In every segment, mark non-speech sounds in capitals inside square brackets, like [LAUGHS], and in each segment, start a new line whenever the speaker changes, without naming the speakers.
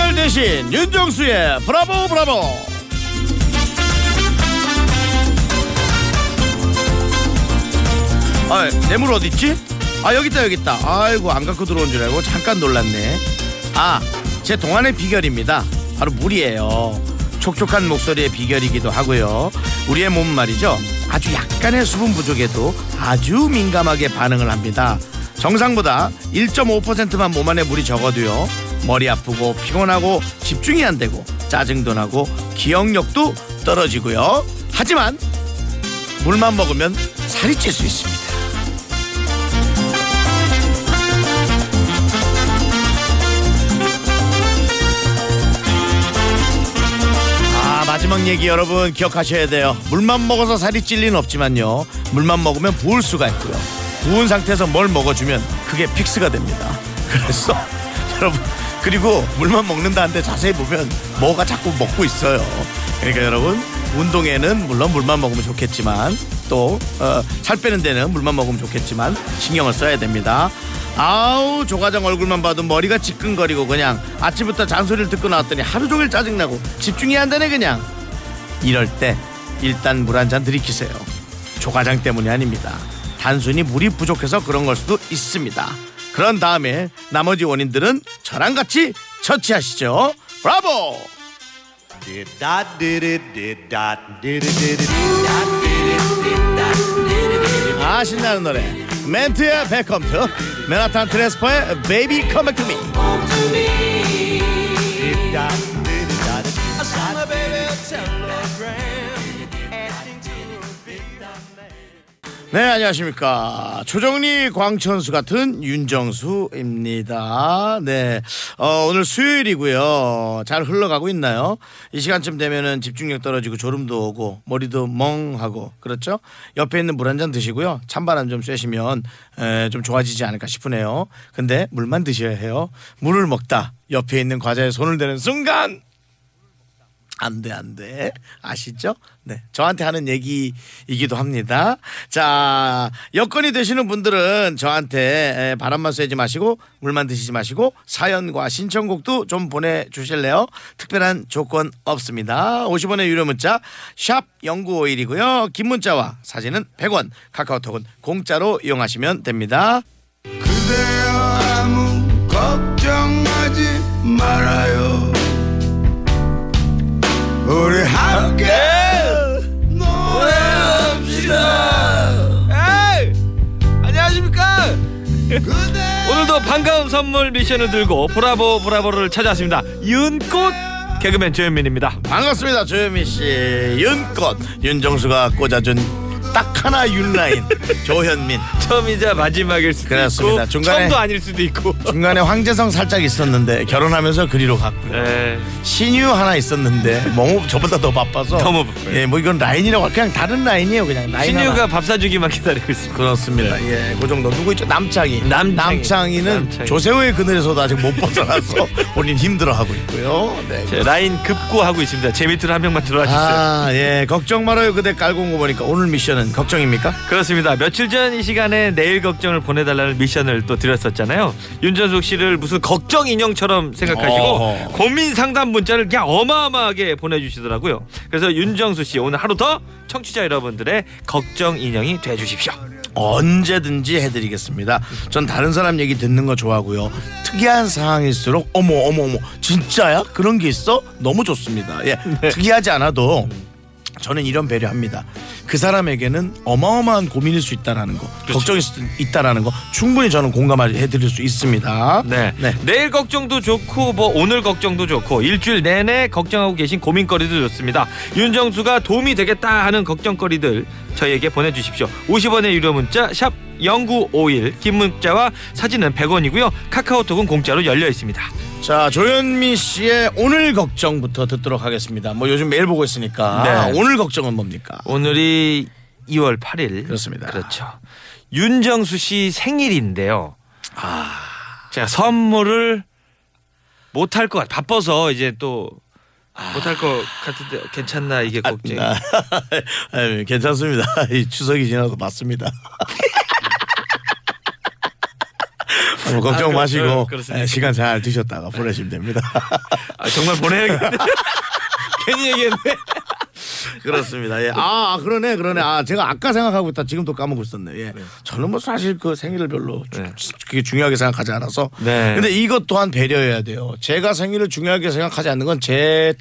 오늘 대신 윤정수의 브라보 브라보 아 뇌물 어딨지? 아 여기있다 여기있다 아이고 안 갖고 들어온 줄 알고 잠깐 놀랐네 아 제 동안의 비결입니다 바로 물이에요 촉촉한 목소리의 비결이기도 하고요 우리의 몸 말이죠 아주 약간의 수분 부족에도 아주 민감하게 반응을 합니다 정상보다 1.5%만 몸 안에 물이 적어도요 머리 아프고 피곤하고 집중이 안 되고 짜증도 나고 기억력도 떨어지고요 하지만 물만 먹으면 살이 찔 수 있습니다 아 마지막 얘기 여러분 기억하셔야 돼요 물만 먹어서 살이 찔리는 없지만요 물만 먹으면 부을 수가 있고요 부은 상태에서 뭘 먹어주면 그게 픽스가 됩니다 [LAUGHS] 그래서 여러분 그리고 물만 먹는다는데 자세히 보면 뭐가 자꾸 먹고 있어요 그러니까 여러분 운동에는 물론 물만 먹으면 좋겠지만 또 어, 살 빼는 데는 물만 먹으면 좋겠지만 신경을 써야 됩니다 아우 조과장 얼굴만 봐도 머리가 지끈거리고 그냥 아침부터 잔소리를 듣고 나왔더니 하루 종일 짜증나고 집중이 안 되네 그냥 이럴 때 일단 물 한 잔 들이키세요 조과장 때문이 아닙니다 단순히 물이 부족해서 그런 걸 수도 있습니다 그런 다음에 나머지 원인들은 저랑 같이 처치하시죠 브라보
Did dot did it did dot did it did it did dot did it did dot did it did it.
아 신나는 노래 멘트의 백컴트 맨하탄 트랜스퍼의 베이비 컴백 투미
Did dot did it dot did it.
네 안녕하십니까 조정리 광천수 같은 윤정수입니다 네 어, 오늘 수요일이고요 잘 흘러가고 있나요 이 시간쯤 되면은 집중력 떨어지고 졸음도 오고 머리도 멍하고 그렇죠 옆에 있는 물 한 잔 드시고요 찬바람 좀 쐬시면 에, 좀 좋아지지 않을까 싶으네요 근데 물만 드셔야 해요 물을 먹다 옆에 있는 과자에 손을 대는 순간 안 돼, 안 돼. 아시죠? 네. 저한테 하는 얘기이기도 합니다. 자, 여건이 되시는 분들은 저한테 에, 바람만 쐬지 마시고, 물만 드시지 마시고, 사연과 신청곡도 좀 보내주실래요? 특별한 조건 없습니다. 50원의 유료 문자, 샵 0951이고요. 긴 문자와 사진은 100원, 카카오톡은 공짜로 이용하시면 됩니다.
그대여 아무 걱정하지 말아요 우리 함께 노래합시다
안녕하십니까
그대
오늘도 반가운 선물 미션을 들고 브라보 브라보를 찾아왔습니다 윤꽃 개그맨 조현민입니다
반갑습니다 조현민 씨 윤꽃 윤정수가 꽂아준 딱 하나 윤라인 조현민
처음이자 마지막일 수도
그렇습니다.
있고
중간에-
처음도 아닐 수도 있고
중간에 황재성 살짝 있었는데 결혼하면서 그리로 갔고요
네.
신유 하나 있었는데 뭐 저보다 더 바빠서
너무 바빠요.
예뭐 이건 라인이라고 할- 그냥 다른 라인이에요 그냥 라인 하나.
신유가 밥 사주기만 기다리고 있습니다
그렇습니다 예그 정도 누구 있죠 남창희
남창희.
남창희는
남창희.
조세호의 그늘에서도 아직 못 [LAUGHS] 벗어나서 본인 힘들어하고 있고요 네
제 라인 급구하고 있습니다 제 밑으로 한 명만 들어와주세요 [LAUGHS]
아예 걱정 말아요 그대 깔고 온 거 보니까 오늘 미션은 걱정입니까?
그렇습니다. 며칠 전 이 시간에 내일 걱정을 보내달라는 미션을 또 드렸었잖아요. 윤전숙 씨를 무슨 걱정 인형처럼 생각하시고
어허.
고민 상담 문자를 그냥 어마어마하게 보내주시더라고요. 그래서 윤정수 씨 오늘 하루 더 청취자 여러분들의 걱정 인형이 돼주십시오.
언제든지 해드리겠습니다. 전 다른 사람 얘기 듣는 거 좋아하고요. 특이한 상황일수록 어머 어머 어머 진짜야? 그런 게 있어? 너무 좋습니다. 예,
네.
특이하지 않아도 저는 이런 배려합니다. 그 사람에게는 어마어마한 고민일 수 있다라는 거,
그렇죠.
걱정일 수 있다라는 거 충분히 저는 공감해드릴 수 있습니다.
네. 내일 걱정도 좋고 뭐 오늘 걱정도 좋고 일주일 내내 걱정하고 계신 고민거리도 좋습니다. 윤정수가 도움이 되겠다 하는 걱정거리들 저희에게 보내주십시오. 50원의 유료 문자 샵 0951, 긴 문자와 사진은 100원이고요. 카카오톡은 공짜로 열려 있습니다.
자 조현민 씨의 오늘 걱정부터 듣도록 하겠습니다. 뭐 요즘 매일 보고 있으니까
네.
오늘 걱정은 뭡니까?
오늘이 2월 8일.
그렇습니다.
그렇죠. 윤정수 씨 생일인데요.
아.
제가 선물을 못 할 것 같. 바빠서 이제 또 못할 것 같은데 괜찮나 이게 걱정.
아,
예.
[LAUGHS] 아유, 괜찮습니다.
[LAUGHS]
이 추석이 지나서 맞습니다. 어, 걱정
아, 그-
마시고
그- 그렇습니다.
예, 시간 잘 드셨다가 보내시면 됩니다.
아, 정말
[LAUGHS]
보내야겠네. 괜히 얘기했네.
그렇습니다. 예. 아 아, 그러네 그러네. 아 제가 아까 생각하고 있다. 지금 또 까먹고 있었네. 예. 저는 뭐 사실 그 생일을 별로 주-
네.
그게 중요하게 생각하지 않아서.
네.
근데 이것 또한 배려해야 돼요. 제가 생일을 중요하게 생각하지 않는 건 제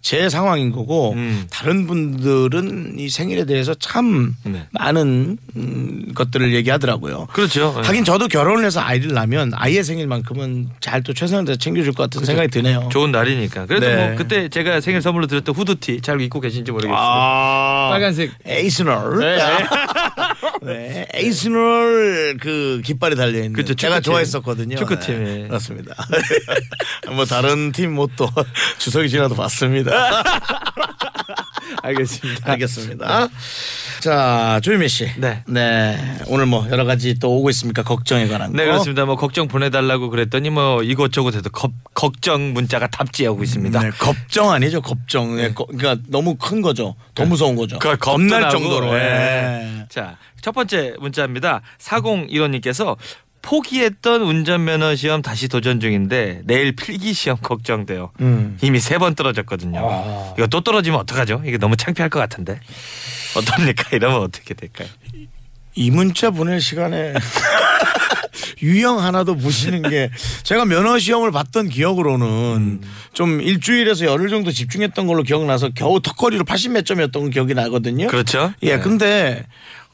제 상황인 거고
음.
다른 분들은 이 생일에 대해서 참
네.
많은 음, 것들을 얘기하더라고요.
그렇죠. 예.
하긴 저도 결혼을 해서 아이를 낳으면 아이의 생일만큼은 잘 또 최선을 다해 챙겨줄 것
그렇죠.
같은 생각이 드네요.
좋은 날이니까. 그래도
네.
뭐 그때 제가 생일 선물로 드렸던 후드티 잘 입고 계신지 모르겠어요.
아.
빨간색.
에이스널.
네.
[LAUGHS] 네, 에이스널 그 깃발이 달려 있는.
그쵸,
제가
축구팀.
좋아했었거든요.
축구팀,
네,
예.
그렇습니다. [LAUGHS] 뭐 다른 팀 못 또 [LAUGHS] 주석이 지나도 봤습니다.
[LAUGHS] 알겠습니다.
알겠습니다. 자, 조유미 씨.
네.
오늘 뭐 여러 가지 또 오고 있습니까? 걱정에 관한 거.
네 그렇습니다. 뭐 걱정 보내달라고 그랬더니 뭐 이것저것 해서 겁, 걱정 문자가 답지하고 있습니다.
네, 겁정 아니죠, 겁정. 네, 거- 그러니까 너무 큰 거죠. 더 무서운 거죠.
네. 그걸 겁도
겁날
나고,
정도로.
예.
예.
자, 첫 번째 문자입니다. 4015님께서 포기했던 운전면허 시험 다시 도전 중인데 내일 필기 시험 걱정돼요.
음.
이미 세 번 떨어졌거든요. 이거 또 떨어지면 어떡하죠? 이게 너무 창피할 것 같은데. 어떻습니까? 이러면 어떻게 될까요?
이 문자 보낼 시간에 [LAUGHS] 유형 하나도 보시는 게 제가 면허 시험을 봤던 기억으로는 좀 일주일에서 열흘 정도 집중했던 걸로 기억나서 겨우 턱걸이로 80몇 점이었던 기억이 나거든요.
그렇죠?
예,
네.
근데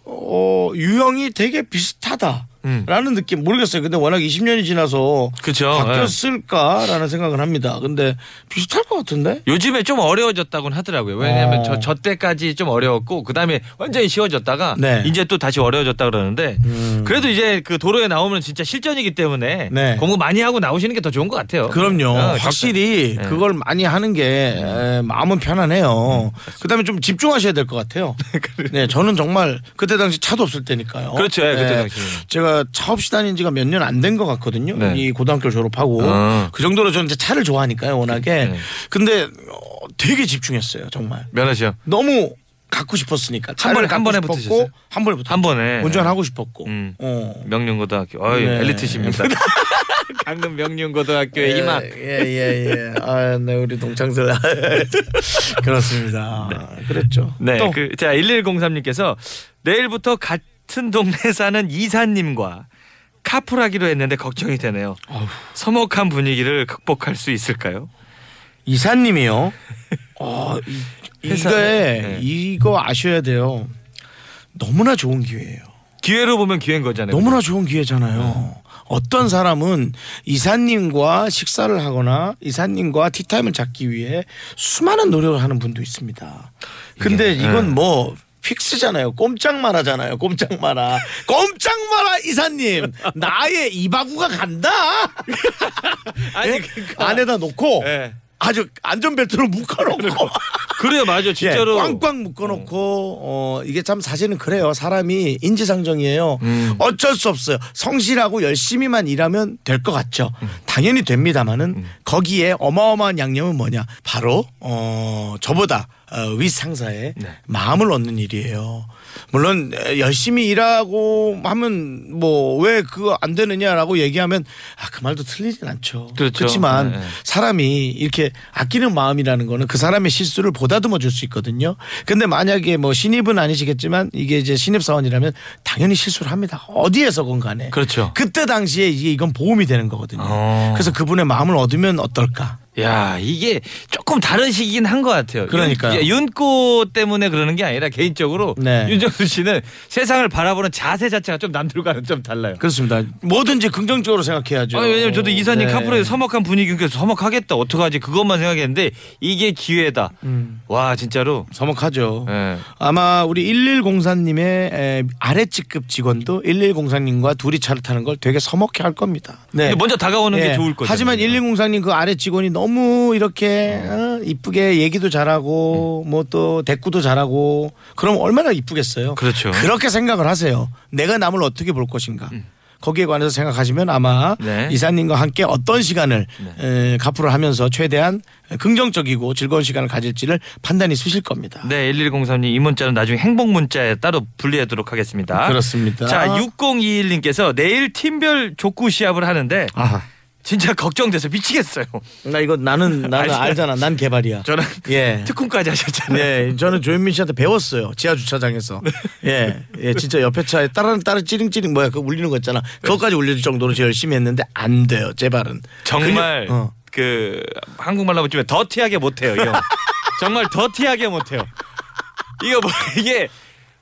어, 유형이 되게 비슷하다라는
음.
느낌 모르겠어요. 근데 워낙 20년이 지나서
그쵸,
바뀌었을까라는 생각을 합니다. 근데 비슷할 것 같은데?
요즘에 좀 어려워졌다고는 하더라고요. 왜냐하면 저, 저 때까지 좀 어려웠고 그 다음에 완전히 쉬워졌다가
네. 음.
이제 또 다시 어려워졌다 그러는데 그래도 이제 그 도로에 나오면 진짜 실전이기 때문에
네.
공부 많이 하고 나오시는 게 더 좋은 것 같아요.
그럼요.
어,
확실히
네.
그걸 많이 하는 게 에, 마음은 편안해요. 그다음에 좀 집중하셔야 될 것
[LAUGHS]
같아요. 네, 저는 정말 그때 당시 차도 없을 때니까요.
그렇죠. 예, 그때
네,
당시에는.
제가 차 없이 다닌 지가 몇 년 안 된 것 같거든요.
네.
이 고등학교 졸업하고
어.
그 정도로 저는 이제 차를 좋아하니까요, 워낙에.
네.
근데 어, 되게 집중했어요, 정말.
면허시험.
너무 갖고 싶었으니까
한 번에-
갖고
한 번에
싶었고,
붙으셨어요?
한 번에 붙었죠.
한 번에. 네.
운전하고 싶었고.
음.
어.
명륜고등학교. 어이
네. [LAUGHS]
엘리트십니다. 강릉 명륜고등학교의 예, 이마.
예예 예. 아, 네 우리 동창들 [LAUGHS] 그렇습니다. 그랬죠.
네.
또.
그, 자, 1103님께서 내일부터 같은 동네 사는 이사님과 카풀하기로 했는데 걱정이 되네요. 서먹한 분위기를 극복할 수 있을까요?
이사님이요. 어, 이, 이게
[LAUGHS] 회사에, 네.
이거 아셔야 돼요. 너무나 좋은 기회예요.
기회로 보면 기회인 거잖아요.
너무나 좋은 기회잖아요.
네.
어떤 사람은 이사님과 식사를 하거나 이사님과 티타임을 잡기 위해 수많은 노력을 하는 분도 있습니다. 근데
네.
이건 뭐 픽스잖아요. 꼼짝마라잖아요.
[LAUGHS]
꼼짝마라. 꼼짝마라 이사님. 나의 이바구가 간다.
아니,
예?
그러니까.
안에다 놓고
예.
아주 안전벨트로 묶어놓고
그러니까. 그래요, 맞아, 진짜로.
예, 꽝꽝 묶어놓고 어. 이게 참 사실은 그래요. 사람이 인지상정이에요.
음.
어쩔 수 없어요. 성실하고 열심히만 일하면 될 것 같죠.
음.
당연히 됩니다만은 거기에 어마어마한 양념은 뭐냐? 바로 어 저보다 어, 윗상사의
네.
마음을 얻는 일이에요. 물론 에, 열심히 일하고 하면 뭐 왜 그거 안 되느냐라고 얘기하면 아, 그 말도 틀리진 않죠.
그렇죠.
그렇지만
네, 네.
사람이 이렇게 아끼는 마음이라는 거는 그 사람의 실수를 보다듬어 줄 수 있거든요. 근데 만약에 뭐 신입은 아니시겠지만 이게 이제 신입 사원이라면 당연히 실수를 합니다. 어디에서건 간에.
그렇죠.
그때 당시에 이게 이건 보험이 되는 거거든요.
어.
그래서 그분의 마음을 얻으면 어떨까?
야, 이게 조금 다른 시기긴 한 것 같아요.
그러니까요.
윤, 윤꼬 때문에 그러는 게 아니라 개인적으로
네.
윤정수 씨는 세상을 바라보는 자세 자체가 좀 남들과는 좀 달라요.
그렇습니다. 뭐든지 긍정적으로 생각해야죠.
아니, 왜냐면 저도 이사님
네.
카프로에 서먹한 분위기니까 그러니까 서먹하겠다. 어떡하지? 그것만 생각했는데 이게 기회다.
음.
와, 진짜로.
서먹하죠.
예.
아마 우리 1104님의 아래층급 직원도 1104님과 둘이 차를 타는 걸 되게 서먹해 할 겁니다. 네.
근데 먼저 다가오는
예.
게 좋을 거죠. 그러니까.
하지만 1104님 그 아래 직원이 너무 이렇게
예.
어, 이쁘게 얘기도 잘하고
음.
뭐 또 대꾸도 잘하고 그럼 얼마나 이쁘겠어요.
그렇죠.
그렇게 생각을 하세요. 내가 남을 어떻게 볼 것인가. 거기에 관해서 생각하시면 아마
음. 네.
이사님과 함께 어떤 시간을 에, 가프를 하면서 최대한 긍정적이고 즐거운 시간을 가질지를 판단이 쓰실 겁니다.
네, 1103님 이 문자는 나중에 행복 문자에 따로 분리하도록 하겠습니다.
그렇습니다.
자, 6021님께서 내일 팀별 족구 시합을 하는데
아하.
진짜 걱정돼서 미치겠어요.
나 이거 나는 나는
알잖아.
알잖아. 난 개발이야.
저는
예.
특훈까지 하셨잖아요.
네, 저는 조현민 씨한테 배웠어요. 지하 주차장에서.
네.
예, 예, 진짜 옆에 차에 따라 따라 찌링찌링 뭐야 그 울리는 거
네.
있잖아. 그것까지 울릴 정도로 제가 열심히 했는데 안 돼요. 제 발은
정말
그냥- 어.
그 한국말로 붙이면 더티하게 못해요. 이 [LAUGHS] 형. 정말 더티하게 못해요. 이거 뭐 이게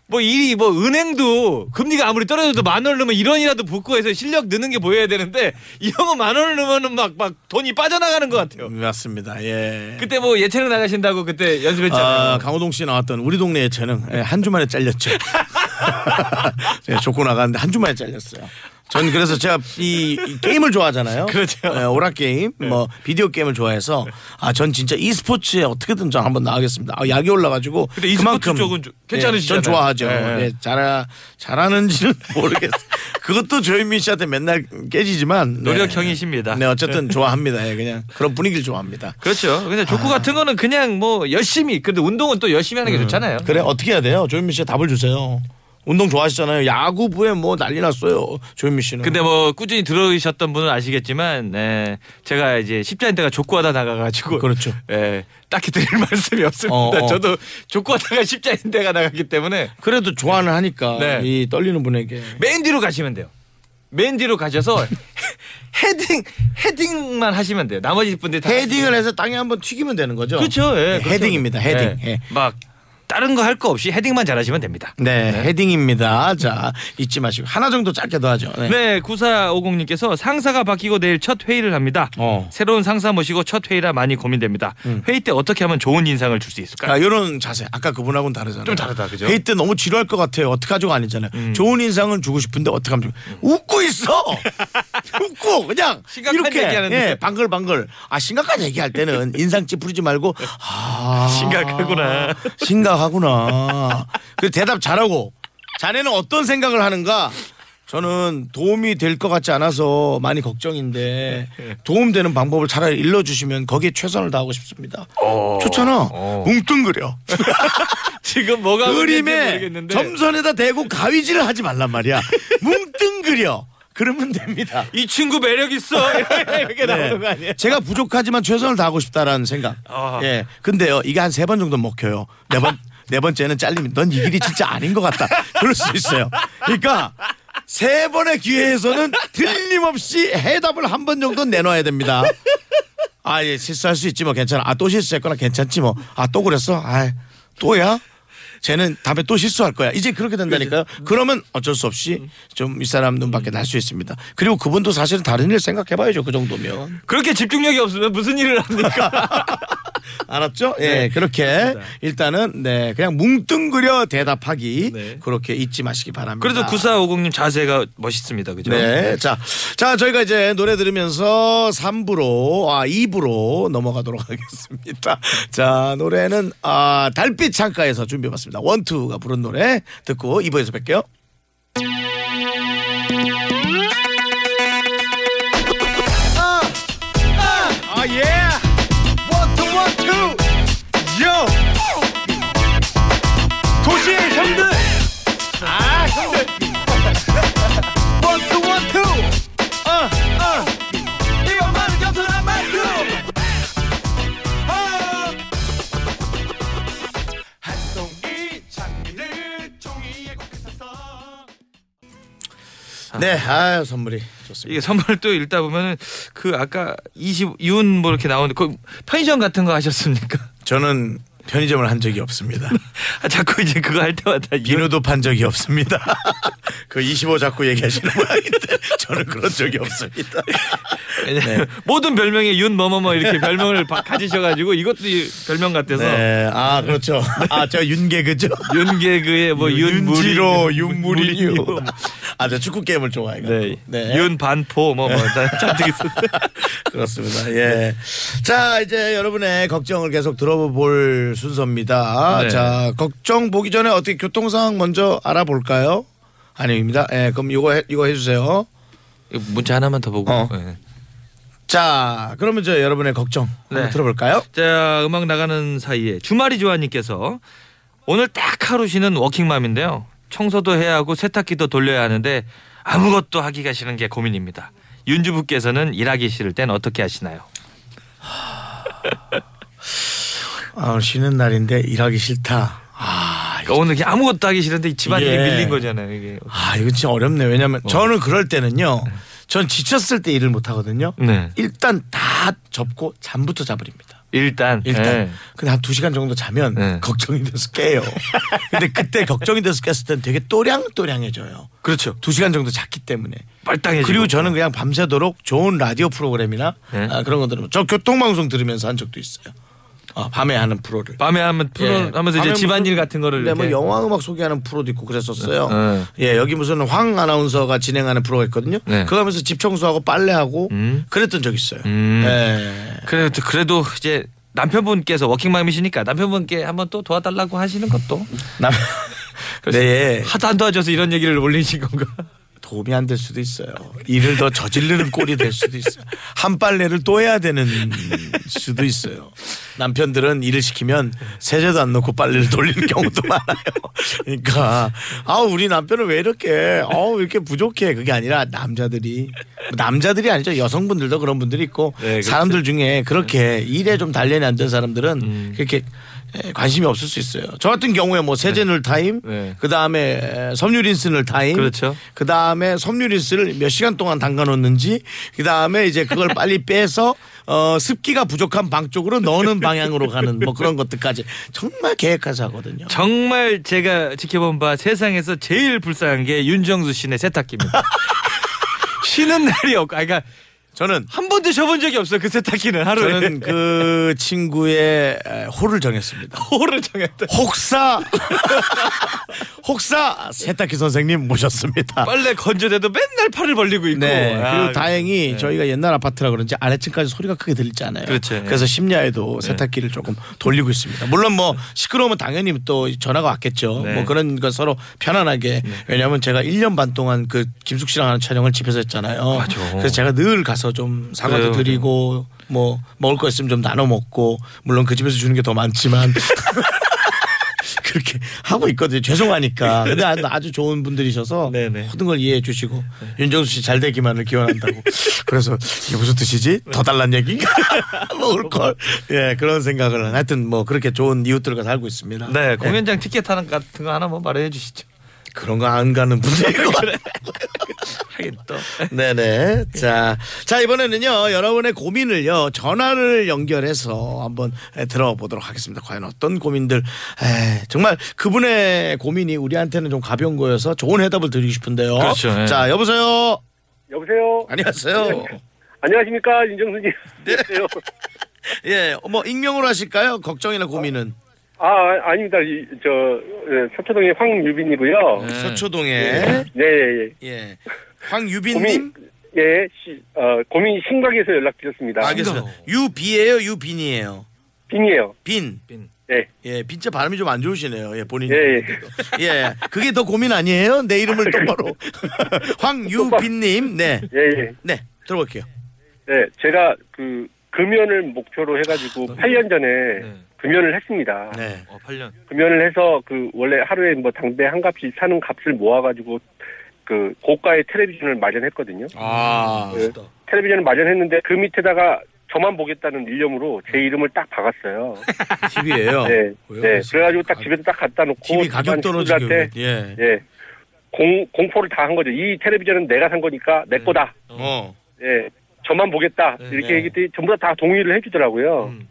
뭐 일이 뭐 은행도 금리가 아무리 떨어져도 만 원 넣으면 1원이라도 붙고 해서 실력 느는 게 보여야 되는데 이 형은 만 원을 넣으면은 막 막 돈이 빠져나가는 것 같아요.
맞습니다. 예.
그때 뭐 예체능 나가신다고 그때
아,
연습했잖아요.
강호동 씨 나왔던 우리 동네의 재능 예, 한 주만에
[LAUGHS]
잘렸죠. 제가 좋고 나갔는데 한 주만에 잘렸어요. 전 그래서 제가 이, 이 게임을 좋아하잖아요.
그렇죠.
예, 오락 게임, 뭐 비디오 게임을 좋아해서 아 전 진짜 e스포츠에 어떻게든 전 한번 나가겠습니다. 아, 약이 올라가지고
근데 e스포츠 쪽은 좀 괜찮으시잖아요.
예, 전 좋아하죠.
예.
예, 잘 잘하는지는 [LAUGHS] 모르겠어요. 그것도 조현민 씨한테 맨날 깨지지만 네.
노력형이십니다.
네, 어쨌든 좋아합니다. 예, 그냥 그런 분위기를 좋아합니다.
그렇죠. 근데 족구 같은 거는 그냥 뭐 열심히 근데 운동은 또 열심히 하는 게 좋잖아요.
그래 어떻게 해야 돼요? 조현민 씨 답을 주세요. 운동 좋아하시잖아요. 야구부에 뭐 난리 났어요. 조현민 씨는.
근데 뭐 꾸준히 들으셨던 분은 아시겠지만 예, 제가 이제 십자인 때가 족구하다 나가가지고
그렇죠.
예, 딱히 드릴 [LAUGHS] 말씀이 없습니다.
어, 어.
저도 족구하다가 십자인 때가 나갔기 때문에
그래도 좋아는 하니까
네.
이 떨리는 분에게
맨 뒤로 가시면 돼요. 맨 뒤로 가셔서 [LAUGHS] 헤딩 헤딩만 하시면 돼요. 나머지 분들 다
헤딩을 해서 땅에 한번 튀기면 되는 거죠.
그렇죠. 예,
네,
그렇죠.
헤딩입니다. 헤딩.
예,
예.
막 다른 거 할 거 없이 헤딩만 잘하시면 됩니다.
네, 헤딩입니다. 자 잊지 마시고 하나 정도 짧게 더 하죠. 네.
네, 9450님께서 상사가 바뀌고 내일 첫 회의를 합니다.
어.
새로운 상사 모시고 첫 회의라 많이 고민됩니다. 회의 때 어떻게 하면 좋은 인상을 줄 수 있을까요?
아, 이런 자세 아까 그분하고는 다르잖아요.
좀 다르다, 그죠? 음.
회의 때 너무 지루할 것 같아요. 어떡하죠가 아니잖아요. 좋은 인상을 주고 싶은데 어떡하면 좋- 웃고 있어. [LAUGHS] 웃고 그냥
심각한
이렇게
얘기하는
예,
듯.
방글방글. 아 심각한 얘기할 때는 인상 찌푸리지 말고 아
심각하구나.
심각하구나. 그 대답 잘하고 자네는 어떤 생각을 하는가? 저는 도움이 될 것 같지 않아서 많이 걱정인데 도움되는 방법을 차라리 일러주시면 거기에 최선을 다하고 싶습니다.
어.
좋잖아. 뭉뚱그려.
지금 뭐가
그림에
모르겠는데
점선에다 대고 가위질을 하지 말란
[LAUGHS]
말이야. 뭉뚱그려. 그러면 됩니다.
이 친구 매력 [LAUGHS] 있어 이렇게 나오는 거 아니에요?
네. 제가 부족하지만 최선을 다하고 싶다라는 생각.
아.
예. 근데요, 이게 한 세 번 정도 먹혀요. 네 [LAUGHS] 번, 네 번째는 잘리면 넌 이 길이 진짜 아닌 것 같다. 그럴 수 있어요. 그러니까 세 번의 기회에서는 틀림없이 해답을 한 번 정도 내놔야 됩니다. 아, 예, 실수할 수 있지 뭐 괜찮아. 아, 또 실수했거나 괜찮지 뭐. 아, 또 그랬어? 아, 또야? 쟤는 다음에 또 실수할 거야. 이제 그렇게 된다니까요. 그러면 어쩔 수 없이 좀 이 사람 눈밖에 날 수 있습니다. 그리고 그분도 사실은 다른 일 생각해봐야죠. 그 정도면.
그렇게 집중력이 없으면 무슨 일을 합니까?
알았죠? 예,
네.
그렇게 일단은 네 그냥 뭉뚱그려 대답하기
네.
그렇게 잊지 마시기 바랍니다.
[LAUGHS] 그래도 9450님 자세가 멋있습니다, 그죠?
네, 자, 자 저희가 이제 노래 들으면서 3부로 아 2부로 넘어가도록 [LAUGHS] 하겠습니다. 자 노래는 아 달빛 창가에서 준비해봤습니다. 원투가 부른 노래 듣고 2부에서 뵐게요. 아 예, 원투 원투.
요! 도시의 형들! 아, 형들! 원투, 원투! 어, 어! 이만 많은 겸손한 말투! 어! 한 송이 장미를 종이에 곱게 싸서
네, 아 선물이 좋습니다.
이게 선물 또 [LAUGHS] 읽다 보면은 그 아까 20 이윤 뭐 이렇게 나오는데 그 편의점 같은 거 하셨습니까? [LAUGHS]
저는 편의점을 한 적이 없습니다.
아, 자꾸 이제 그거 할 때마다 이윤
비누도 판 적이 없습니다. [LAUGHS] 그 25 자꾸 얘기하시는 모양인데 [LAUGHS] 저는 그런 적이 없습니다.
왜냐면 네. [LAUGHS] 모든 별명에 윤 뭐뭐뭐 이렇게 별명을 바- 가지셔가지고 이것도 이 별명 같아서
네, 아 그렇죠. 아 제가 윤계 그죠?
[LAUGHS] 윤개그의 뭐
윤지로
윤무리
윤무리뉴.
무리뉴.
아, 저 축구 게임을 좋아해요.
네. 윤반포 뭐뭐 잔뜩 있었어요.
그렇습니다. 예.
네.
자, 이제 여러분의 걱정을 계속 들어볼 순서입니다.
네.
자, 걱정 보기 전에 어떻게 교통 상황 먼저 알아볼까요? 아닙니다. 예, 그럼 이거 해, 이거 해주세요.
[LAUGHS] 이거 문자 하나만 더 보고.
어.
예.
자, 그러면 저 여러분의 걱정 한번
네.
들어볼까요?
자 음악 나가는 사이에 주말이 조아님께서 오늘 딱 하루 쉬는 워킹맘인데요. 청소도 해야 하고 세탁기도 돌려야 하는데 아무것도 하기가 싫은 게 고민입니다. 윤주부께서는 일하기 싫을 땐 어떻게 하시나요?
아, 오늘 쉬는 날인데 일하기 싫다.
그러니까 오늘 그냥 아무것도 예. 하기 싫은데 이 집안일이
이게-
밀린 거잖아요. 이게.
아, 이거 진짜 어렵네. 요 왜냐면 저는 그럴 때는요. 전 지쳤을 때 일을 못 하거든요.
네.
일단 다 접고 잠부터 자버립니다.
일단
일단.
예.
근데 한 두 시간 정도 자면
네.
걱정이 돼서 깨요. 근데 그때 걱정이 돼서 깼을 땐 되게 또량또량해져요.
그렇죠.
두 시간 정도 잤기 때문에.
빨당해지고
그리고 저는 그냥 밤새도록 좋은 라디오 프로그램이나
네.
아, 그런 것들은 저 교통방송 들으면서 한 적도 있어요. 아, 밤에 하는 프로를.
밤에 하면 프로
예.
하면서 이제
밤에
집안일
무슨-
같은 거를
네,
이렇게
뭐 영화 음악 소개하는 프로도 있고 그랬었어요.
네.
예, 여기 무슨 황 아나운서가 진행하는 프로가 있거든요.
네.
그거 하면서 집 청소하고 빨래하고
음.
그랬던 적 있어요.
음.
예.
그래도 그래도 이제 남편분께서 워킹맘이시니까 남편분께 한번 또 도와달라고 하시는 것도 [LAUGHS]
남... 네,
하도 안 도와줘서 이런 얘기를 올리신 건가? [LAUGHS]
도움이 안 될 수도 있어요. 일을 더 저지르는 꼴이 될 수도 있어요. 한 빨래를 또 해야 되는 수도 있어요. 남편들은 일을 시키면 세제도 안 넣고 빨래를 돌리는 경우도 많아요. 그러니까 아 우리 남편은 왜 이렇게 아우 이렇게 부족해 그게 아니라 남자들이 남자들이 아니죠 여성분들도 그런 분들이 있고
네, 그렇죠. 네.
사람들 중에 그렇게 일에 좀 단련이 안 된 사람들은
음.
그렇게 에, 관심이 없을 수 있어요. 저 같은 경우에 뭐 세제 넣을 타임,
네.
그 다음에 섬유 린스 넣을 타임,
그렇죠.
그 다음에 섬유리스를 몇 시간 동안 담가 놓는지, 그 다음에 이제 그걸 빨리 빼서 어, 습기가 부족한 방 쪽으로 넣는 방향으로 가는 뭐 그런 것들까지 정말 계획해서 하거든요.
정말 제가 지켜본 바 세상에서 제일 불쌍한 게 윤정수
[LAUGHS]
씨네 세탁기입니다. 쉬는 날이 없고, 아, 그러니까
저는
한 번도 접은 적이 없어요. 그 세탁기는 하루에
저는 그 친구의 에, 호를 정했습니다.
호를 정했다.
혹사 [LAUGHS] 혹사 세탁기 선생님 모셨습니다.
빨래 건조대도 맨날 팔을 벌리고 있고.
네. 그리고
아,
다행히 저희가 옛날 아파트라 그런지 아래층까지 소리가 크게 들리지 않아요.
그렇죠. 네.
래서 심야에도 세탁기를 조금 돌리고 있습니다. 물론 뭐 시끄러우면 당연히 또 전화가 왔겠죠.
네.
뭐 그런 거 서로 편안하게 왜냐하면 제가 1년 반 동안 그 김숙 씨랑 하는 촬영을 집에서 했잖아요.
맞아.
그래서 제가 늘 가서 좀 사과도
그래요,
드리고 뭐 먹을 거 있으면 좀 나눠 먹고 물론 그 집에서 주는 게 더
[LAUGHS]
많지만 [LAUGHS] 그렇게 하고 있거든요.
[LAUGHS]
죄송하니까. 근데 아주- 아주 좋은 분들이셔서
네네. 네.
모든 걸 이해해 주시고 윤정수 씨 잘 되기만을
[LAUGHS]
기원한다고. 그래서 이게 무슨 뜻이지? 더 달란 얘기인가? [LAUGHS]
뭐.
먹을 걸. 예, 그런 생각을 하여튼 뭐 그렇게 좋은 이웃들과 살고 있습니다.
네,
예,
공연장 티켓 하나 같은 거 하나 뭐 말해 주시죠. [LAUGHS]
그런 거 안 가는 분들이고.
하긴 또.
네네. 자, 자 이번에는요 여러분의 고민을요 전화를 연결해서 한번 에, 들어보도록 하겠습니다. 과연 어떤 고민들? 에, 정말 그분의 고민이 우리한테는 좀 가벼운 거여서 좋은 해답을 드리고 싶은데요.
그렇죠, 예.
자, 여보세요.
여보세요.
아. 안녕하세요.
네. 안녕하십니까 윤정수님. 안녕하세요.
예, 뭐 익명으로 하실까요? 걱정이나 고민은
아 아, 아닙니다. 이, 저 예, 서초동의 황유빈이고요.
네.
서초동에
네, 예, 예.
예. 황유빈님
고민 예, 시, 어, 고민이 심각해서 연락드렸습니다.
알겠습니다. 유비예요, 유빈이에요.
빈이에요.
빈.
빈.
예.
예, 빈자 발음이 좀 안 좋으시네요. 예, 본인이.
예, 예.
예, 그게 더 고민 아니에요? 내 이름을
[LAUGHS]
똑바로. 황유빈님, 네.
예, 예.
네, 들어볼게요.
네, 제가 그 금연을 목표로 해가지고 8년 전에
네.
금연을 했습니다.
네.
어, 8년.
금연을 해서 그 원래 하루에 뭐 당대 한 값씩 사는 값을 모아가지고 그 고가의 텔레비전을 마련했거든요.
아,
네. 텔레비전을 마련했는데 그 밑에다가 저만 보겠다는 일념으로 제 이름을 딱
[LAUGHS]
박았어요.
TV예요.
네.
음. 왜요?
네. 그래가지고 딱 집에서 딱 갖다 놓고
TV 가격
집안
떨어지게.
식구들한테,
예.
예. 공 공포를 다 한 거죠. 이 텔레비전은 내가 산 거니까 내 거다.
어.
예. 저만 보겠다.
네,
이렇게
네.
얘기했더니 전부 다, 다 동의를 해주더라고요.
음.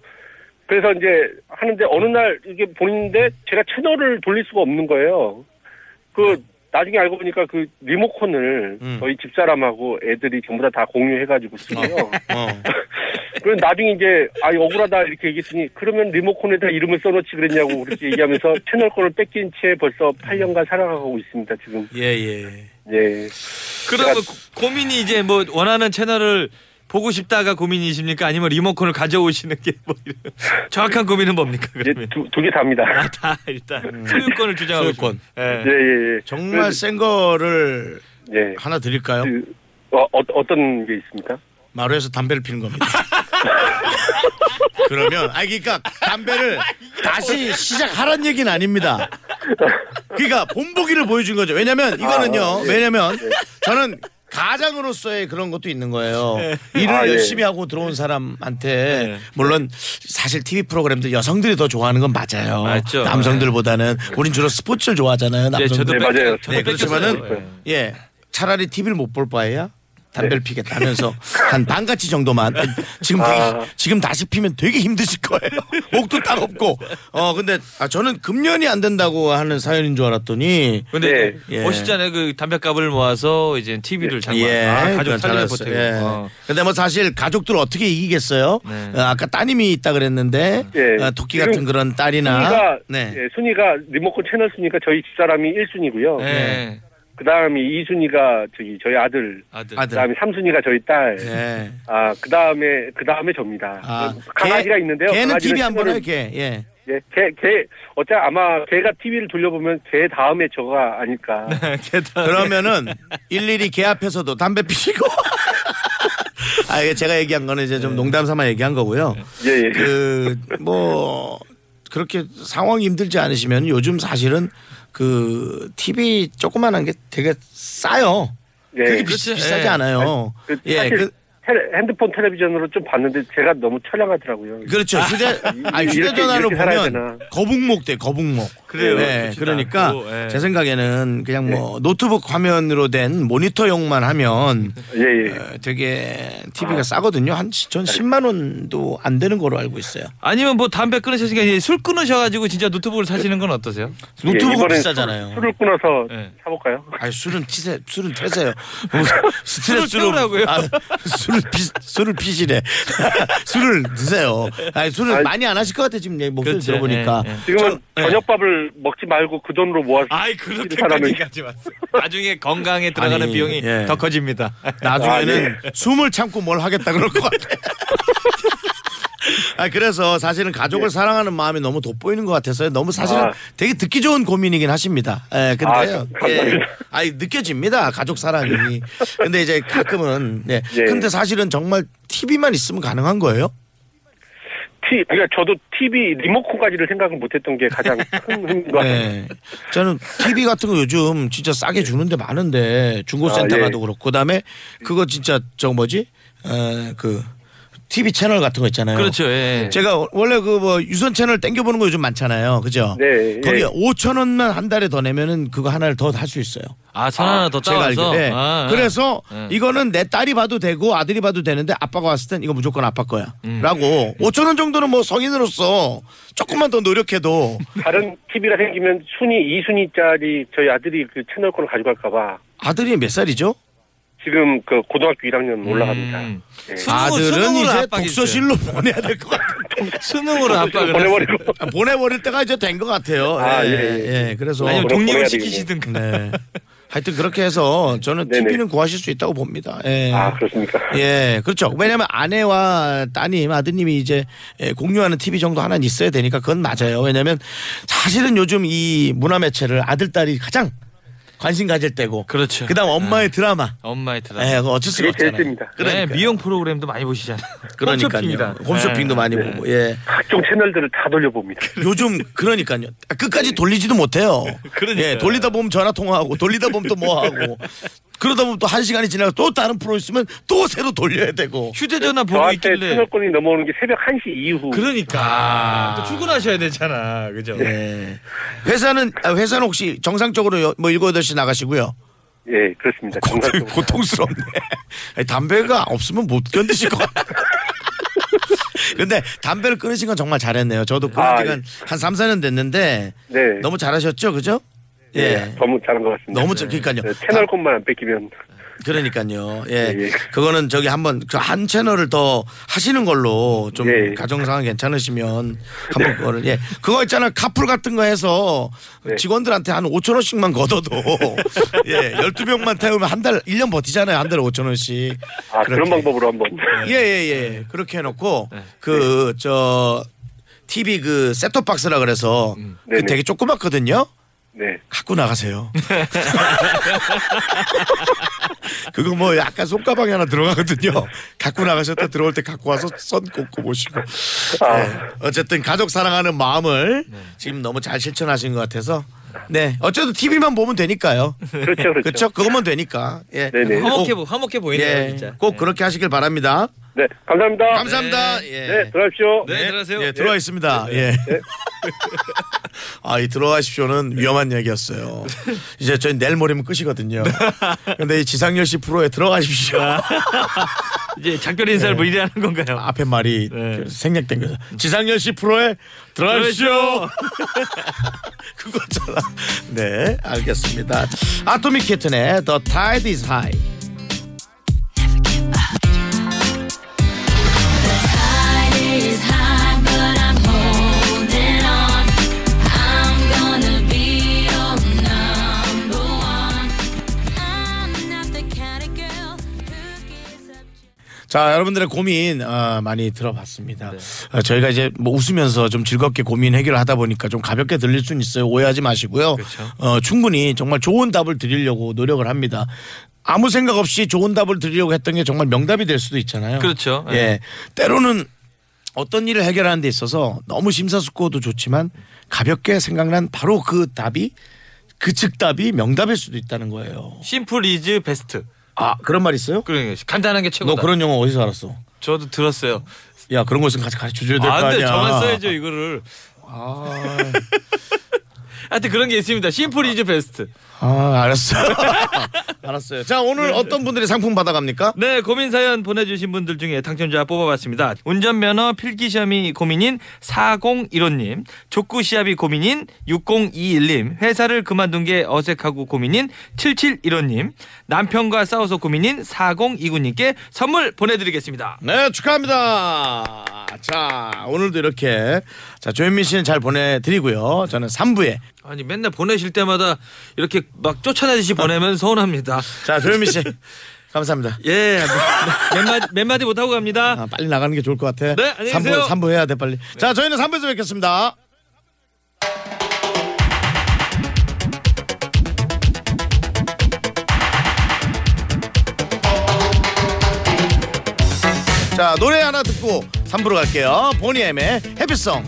그래서 이제 하는데 어느 날 이게 보는데 제가 채널을 돌릴 수가 없는 거예요. 그 나중에 알고 보니까 그 리모컨을
음.
저희 집사람하고 애들이 전부 다 다 공유해가지고 쓰고요.
어.
[LAUGHS] 그럼 나중에 이제 아 억울하다 이렇게 얘기했더니 그러면 리모컨에다 이름을 써놓지 그랬냐고 그렇게 얘기하면서 채널권을 뺏긴 채 벌써 8년간 살아가고 있습니다 지금
예, 예.
예
그러면 고- 고민이 이제 뭐 원하는 채널을 보고 싶다가 고민이십니까? 아니면 리모컨을 가져오시는 게 뭐 이런 [LAUGHS] 정확한 고민은 뭡니까?
이제
그러면
두 개 답니다
아, 다
음.
일단 소유권을 주장하고
네. [LAUGHS]
소유권.
싶- 예.
예예예
정말 센 거를
예,
하나 드릴까요?
그, 어, 어, 어떤 게 있습니까? [LAUGHS]
마루에서 담배를 피는 겁니다. 그러면 아 그러니까 담배를
아,
다시 시작하란 얘기는 아닙니다. 그러니까 본보기를 보여준 거죠. 왜냐면 이거는요.
아, 어, 예.
왜냐면 저는 가장으로서의 그런 것도 있는 거예요. 일을
아, 예.
열심히 하고 들어온
예.
사람한테 물론 사실 TV 프로그램들 여성들이 더 좋아하는 건 맞아요.
맞죠.
남성들보다는 우린 주로 스포츠를 좋아하잖아요.
예,
남성들.
저도
네,
뺏-
맞아요.
저도
네,
뺏겼어요.
그렇지만은 예 차라리 TV를 못 볼 바에야
네.
담배를 피겠다면서
[LAUGHS]
한 반가지 정도만 지금 되게-
아.
지금 다시 피면 되게 힘드실 거예요
[LAUGHS]
목도 딱 없고 어 근데 아 저는 금년이 안 된다고 하는 사연인 줄 알았더니
근데
예.
멋있잖아요. 그 담배값을 모아서 이제 TV를 장만 아, 가족
그건
살리는
잘했어요.
버튼.
예.
어.
근데 뭐 사실 가족들 어떻게 이기겠어요?
네.
어, 아까 따님이 있다 그랬는데
예.
어, 토끼 같은
지금
그런 딸이나
순위가
네.
예, 순위가 리모컨 채널 순위가 저희 집사람이 1순위고요.
예.
네.
그다음이 2순위가 저기 저희 아들,
아들.
아들.
그다음에 3순위가 저희 딸.
네.
아, 그다음에 그다음에 접니다.
아,
어, 강아지가
개-
있는데요.
걔는
강아지는
TV 안 보나요,
채널을-
걔? 예.
예, 걔, 걔 어차 아마 걔가 TV를 돌려보면 걔 다음에 저가 아닐까.
네.
게다가
그러면은 일일이 개 앞에서도 담배 피시고. [LAUGHS] 아, 이게 제가 얘기한 거는 이제 좀 농담 삼아 얘기한 거고요.
네. 예, 예.
그 뭐 그렇게 상황이 힘들지 않으시면 요즘 사실은 그 TV 조그만한 게 되게 싸요.
예.
그게 비,
그렇지.
비싸지
예.
않아요.
그
[LAUGHS] 예,
사실
그,
텔- 핸드폰 텔레비전으로 좀 봤는데 제가 너무 처량하더라고요.
그렇죠. 휴대 아니,
이렇게-
휴대전화로
이렇게 살아야
보면
되나.
거북목 돼 거북목.
그래요.
네,
좋지도
그러니까
않고, 예.
제 생각에는 그냥 뭐
네.
노트북 화면으로 된 모니터용만
[LAUGHS]
하면
예, 예.
어, 되게 TV가 싸거든요. 한전
네.
10만 원도 안 되는 거로 알고 있어요.
아니면 뭐 담배 끊으셨으니까 이제 술 끊으셔가지고 진짜 노트북을 사시는 건 어떠세요?
노트북은
예, 이번엔
비싸잖아요. 네.
술- 술을 끊어서
예.
사볼까요?
아니 술은 피세 술은
[LAUGHS]
태세요.
술을 피우라고요?
아, 술을 피 술을 피시래. [LAUGHS] 술을 드세요. 아니 술을
아니,
많이 안 하실 것 같아 지금 얘기 목소리
그렇죠.
들어보니까.
예, 예.
지금은
저- 예.
저녁밥을 먹지 말고 그 돈으로 모아서
아이
사람을-
그렇게까지 가지 마세요. 나중에 건강에 들어가는
아니,
비용이
예.
더 커집니다.
나중에는 숨을 참고 뭘 하겠다 그럴 것 같아. 아 그래서 사실은 가족을 사랑하는 마음이 너무 돋보이는 것 예. 같아서요. 너무 사실은
아.
되게 듣기 좋은 고민이긴 하십니다. 예, 근데요.
아, 감사합니다.
아니 느껴집니다. 가족 사랑이. 근데 이제 가끔은 예.
예.
근데 사실은 정말 TV만 있으면 가능한 거예요?
티, 그러니까 저도 TV 리모컨까지를 생각을 못했던 게 가장 큰 힘인 것 같아요.
네. 저는 TV 같은 거 요즘 진짜 싸게 주는데 많은데 중고센터
아, 예.
가도 그렇고 그다음에 그거 진짜 저 뭐지? 에, 그 TV 채널 같은 거 있잖아요.
[LAUGHS] 그렇죠. 예.
제가 원래 그 뭐 유선 채널 땡겨 보는 거 요즘 많잖아요. 그죠?
네, 예.
거기 5천 원만 한 달에 더 내면은 그거 하나를 더 할 수 있어요.
아선 하나 더
제가
따와서.
알기로. 예.
아, 아.
그래서
예.
이거는 내 딸이 봐도 되고 아들이 봐도 되는데 아빠가 왔을 땐 이거 무조건 아빠 거야.
음.
라고 5천 원 정도는 뭐 성인으로서 조금만 더 노력해도
다른 TV가 생기면 순위 2순위짜리 저희 아들이 그 채널권을 가져갈까봐
아들이 몇 살이죠?
지금 그 고등학교 1학년 올라갑니다.
음.
예.
수능,
아들은
수능으로
이제
압박이
독서실로 보내야 될 것 같은데
있어요.
[LAUGHS]
[LAUGHS] 수능으로 압박을
보내버리고
아, 보내버릴 때가 이제 된 것 같아요.
아,
예,
예, 예.
예, 그래서
아니면
보내-
독립을
보내야
시키시든가.
네. 하여튼 그렇게 해서 저는
네네.
TV는 구하실 수 있다고 봅니다. 예.
아 그렇습니까?
예, 그렇죠. 왜냐하면 아내와 따님, 아드님이 이제 예, 공유하는 TV 정도 하나는 있어야 되니까 그건 맞아요. 왜냐하면 사실은 요즘 이 문화 매체를 아들 딸이 가장 관심 가질 때고,
그렇죠.
그다음 엄마의 드라마,
엄마의 드라마.
예, 그거 어쩔 수가
그게 제일
없잖아요.
셉니다.
네,
그러니까요.
미용 프로그램도 많이 보시잖아요.
[LAUGHS] 그러니까요.
홈쇼핑이다.
홈쇼핑도
네.
많이 보고, 예.
각종 채널들을 다 돌려봅니다.
요즘 그러니까요. 아, 끝까지 돌리지도 못해요.
[LAUGHS] 그러니까요.
예, 돌리다 보면 전화 통화하고 돌리다 보면 또 뭐 하고 그러다 보면 또 한 시간이 지나고 또 다른 프로 있으면 또 새로 돌려야 되고.
휴대전화 보고
저한테
있길래.
채널권이 넘어오는 게 새벽 1시 이후.
그러니까 또 출근하셔야 되잖아. 그죠?
예. 회사는 아, 회사는 혹시 정상적으로 여- 뭐 일곱 여덟 시 나가시고요.
예 그렇습니다.
[LAUGHS] 고통,
정상적으로.
고통스럽네. 아니, 담배가 없으면 못 견디실 것 같아. 근데 담배를 끊으신 건 정말 잘했네요. 저도 끊은
아,
지가 한 3, 4년 됐는데
네.
너무 잘하셨죠? 그죠?
예. 너무 잘한 것 같습니다.
너무 잘- 그러니까요. 아,
네, 채널권만 안 뺏기면
그러니까요. 예.
예, 예.
그거는 저기 한번 그 한 채널을 더 하시는 걸로 좀
예, 예.
가정 상황 괜찮으시면 한번 그거를 예. 그거 있잖아. 요 카풀 같은 거 해서
네.
직원들한테 한 5천 원씩만
[LAUGHS]
걷어도 예. 12명만 태우면 한 달 1년 버티잖아요. 한 달에 5천 원씩.
아 그런
그렇게.
방법으로 네. 한번.
예, 예, 예. 그렇게 해 놓고
네.
그 저 TV 그 셋톱 박스라 그래서 그
음. 네네.
되게 조그맣거든요.
[LAUGHS] 네.
갖고 나가세요. [LAUGHS] 그거 뭐 약간 손가방에 하나 들어가거든요. 갖고 나가셨다 들어올 때 갖고 와서 선 꽂고 보시고.
아.
네. 어쨌든 가족 사랑하는 마음을
네.
지금 너무 잘 실천하신 것 같아서. 네. 어쨌든 TV만 보면 되니까요.
그렇죠, 그렇죠.
그렇죠. 그것만 되니까. 예.
네네.
[LAUGHS] 화목해
꼭,
보 화목해 보이네요
예.
진짜.
꼭 그렇게 하시길 바랍니다.
네, 감사합니다.
감사합니다. 예.
네, 들어가십시오.
네, 들어가세요.
예, 들어와 있습니다. 예. [LAUGHS] 아, 이 들어가십시오는 위험한 얘기였어요. 이제 저희 내일 모레면 끝이거든요. 근데 이 지상렬 씨 프로에 들어가십시오.
이제 작별
예.
인사를 뭐 이래 하는 건가요?
앞에 말이
네.
생략된 거죠. 지상렬 씨 프로에 들어가십시오. [LAUGHS] 그거잖아. 네, 알겠습니다. 아토믹 키튼의 The Tide is High.
Tide is high, but I'm holding on. I'm gonna be your number one. I'm not the kind of girl who gives up.
자 여러분들의 고민 어, 많이
네.
들어봤습니다. 어, 저희가 이제 뭐 웃으면서 좀 즐겁게 고민 해결하다 보니까 좀 가볍게 들릴 수는 있어요. 오해하지 마시고요.
그렇죠.
어, 충분히 정말 좋은 답을 드리려고 노력을 합니다. 아무 생각 없이 좋은 답을 드리려고 했던 게 정말 명답이 될 수도 있잖아요.
그렇죠.
예, 때로는 어떤 일을 해결하는 데 있어서 너무 심사숙고도 좋지만 가볍게 생각난 바로 그 답이 그 즉답이 명답일 수도 있다는 거예요.
심플 이즈 베스트.
아 그런 말 있어요?
그러니까 간단한 게 최고다.
너 그런 용어 어디서 알았어?
저도 들었어요.
야 그런 거 있으면 같이 가르쳐 줘야 될 거
아, 근데
아니야.
저만 써야죠 이거를. 하여튼 그런 게 있습니다. 심플 이즈 베스트.
아 네. 알았어. [LAUGHS] 알았어요. 자 오늘 어떤 분들이 상품 받아갑니까?
네, 고민 사연 보내주신 분들 중에 당첨자 뽑아봤습니다. 운전면허 필기시험이 고민인 4015님, 족구시합이 고민인 6021님, 회사를 그만둔 게 어색하고 고민인 7715님, 남편과 싸워서 고민인 4029님께 선물 보내드리겠습니다.
네 축하합니다. 자 오늘도 이렇게 자 조현민 씨는 잘 보내드리고요. 저는 3부에
아니, 맨날 보내실 때마다 이렇게 막 쫓아내듯이 보내면 서운합니다.
자 조현민 [LAUGHS] 씨 감사합니다.
예, 몇, 마, 몇 마디 못하고 갑니다.
아, 빨리 나가는 게 좋을 것 같아.
네, 안녕히
3부
계세요. 네.
3부 해야 돼 빨리. 자 저희는 3부에서 뵙겠습니다. 자 노래 하나 듣고 3부로 갈게요. 보니엠의 해피송.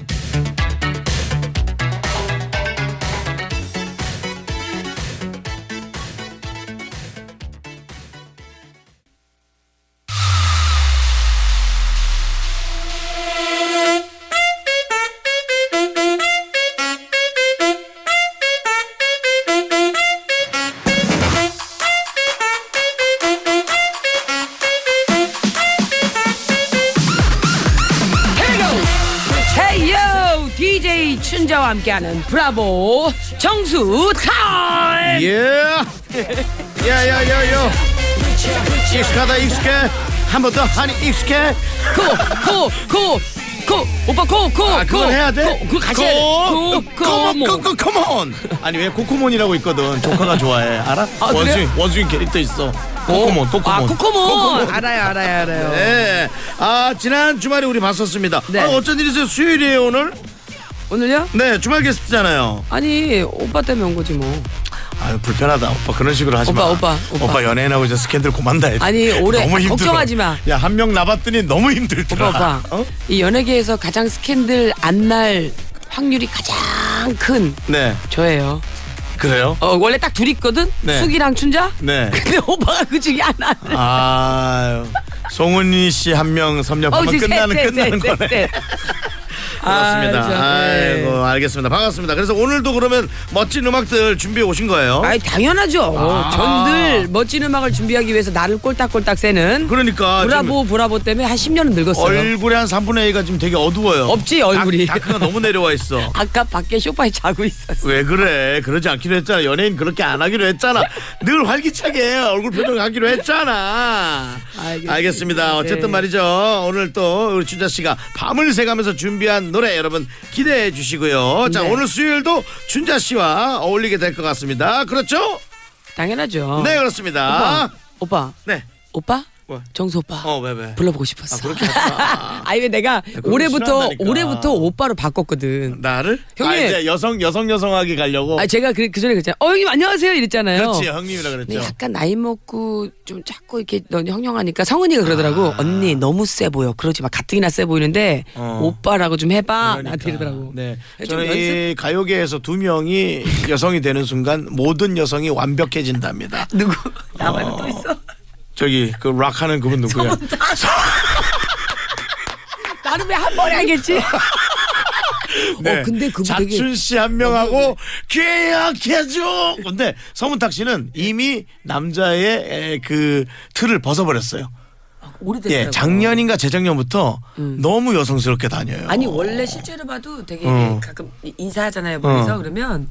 헤이요 DJ 춘자와 함께하는 브라보 정수 타임
예. 야야야야. 익숙하다 익숙해. 한 번 더 하니 익숙해.
코코코코 오빠 코코코
아, 그걸 해야 돼?
그거 같이 해야
컴온,
돼코코모
컴- 컴온. 아니 왜 코코몬이라고 있거든. 조카가 좋아해. 알아?
아, 그래요?
원숭이, 원숭이 캐릭터 있어. 코코몬, 코코몬.
아 코코모 알아요 알아요 알아요
네. 아 지난 주말에 우리 봤었습니다.
네.
아, 어쩐 일이세요? 수요일이에요 오늘?
오늘요?
네, 주말 게스트잖아요.
아니 오빠 때문에 온 거지 뭐
아유 불편하다. 오빠 그런 식으로 하지
오빠,
마.
오빠, 오빠.
연예인하고 이제 스캔들 고만다. 해.
아니, 올해
너무 힘들어.
걱정하지 마.
야 한 명 남았더니 너무 힘들더라.
오빠 오빠
어?
이 연예계에서 가장 스캔들 안 날 확률이 가장 큰
네.
저예요
그래요?
어 원래 딱 둘 있거든
네.
숙이랑 춘자
네.
근데 오빠가 그 중에 하나
아 송은이 씨 한 명 섭렵하면
지금
끝나는
어, 셋, 셋,
끝나는
셋,
거네.
셋.
그렇습니다.
아, 참,
아이고
네.
알겠습니다. 반갑습니다. 그래서 오늘도 그러면 멋진 음악들 준비해 오신 거예요.
아이 당연하죠. 전들 멋진 음악을 준비하기 위해서 나를 꼴딱꼴딱 새는
그러니까 지금
브라보 브라보 때문에 한 10년은 늙었어요.
얼굴의 한 3분의 1가 지금 되게 어두워요.
없지, 얼굴이.
다, 다크가 너무 내려와 있어.
[LAUGHS] 아까 밖에 쇼파에 자고 있었어.
왜 그래? 그러지 않기로 했잖아. 연예인 그렇게 안 하기로 했잖아. 늘 활기차게 얼굴 표정 하기로 했잖아.
알겠습니다.
알겠습니다. 어쨌든
네.
말이죠. 오늘 또 우리 준자 씨가 밤을 새가면서 준비한 노래 여러분 기대해 주시고요. 자,
네.
오늘 수요일도 준자 씨와 어울리게 될 것 같습니다. 그렇죠?
당연하죠.
네, 그렇습니다.
오빠, 오빠,
네.
오빠,
뭐?
정수 오빠
어, 왜 왜?
불러보고 싶었어.
아, 그렇게 하지
[LAUGHS] 아니 왜 내가
그런 거
올해부터
싫어한다니까.
올해부터 오빠로 바꿨거든.
나를?
형님.
아, 이제 여성 여성 여성하게 가려고.
아 제가 그, 그 전에 그랬잖아요. 어 형님 안녕하세요 이랬잖아요.
어. 그렇지 형님이라 그랬죠.
근데 네, 약간 나이 먹고 좀 작고 이렇게 넌 형형하니까 성은이가 그러더라고 언니 너무 세 보여 그러지 마 가뜩이나 세 보이는데
아. 어.
오빠라고 좀 해봐 나한테
그러니까.
이러더라고
네.
좀
저는
연습-
이 가요계에서 두 명이 여성이 되는 순간 모든 여성이 완벽해진답니다.
[LAUGHS] 누구 나 말고 또 있어
저기 그 락하는 그분 누구야?
나는 왜 한 번에
[LAUGHS]
알겠지
네.
어 근데 그분 되게
자춘 씨 한 명하고 계약해줘. 근데 서문탁 씨는
네.
이미 남자의 에, 그 틀을 벗어버렸어요.
오래됐어요 음.
예, 작년인가 재작년부터 너무 여성스럽게 다녀요.
아니 원래 실제로 봐도 되게
어.
가끔 이- 인사하잖아요 멀리서
어.
그러면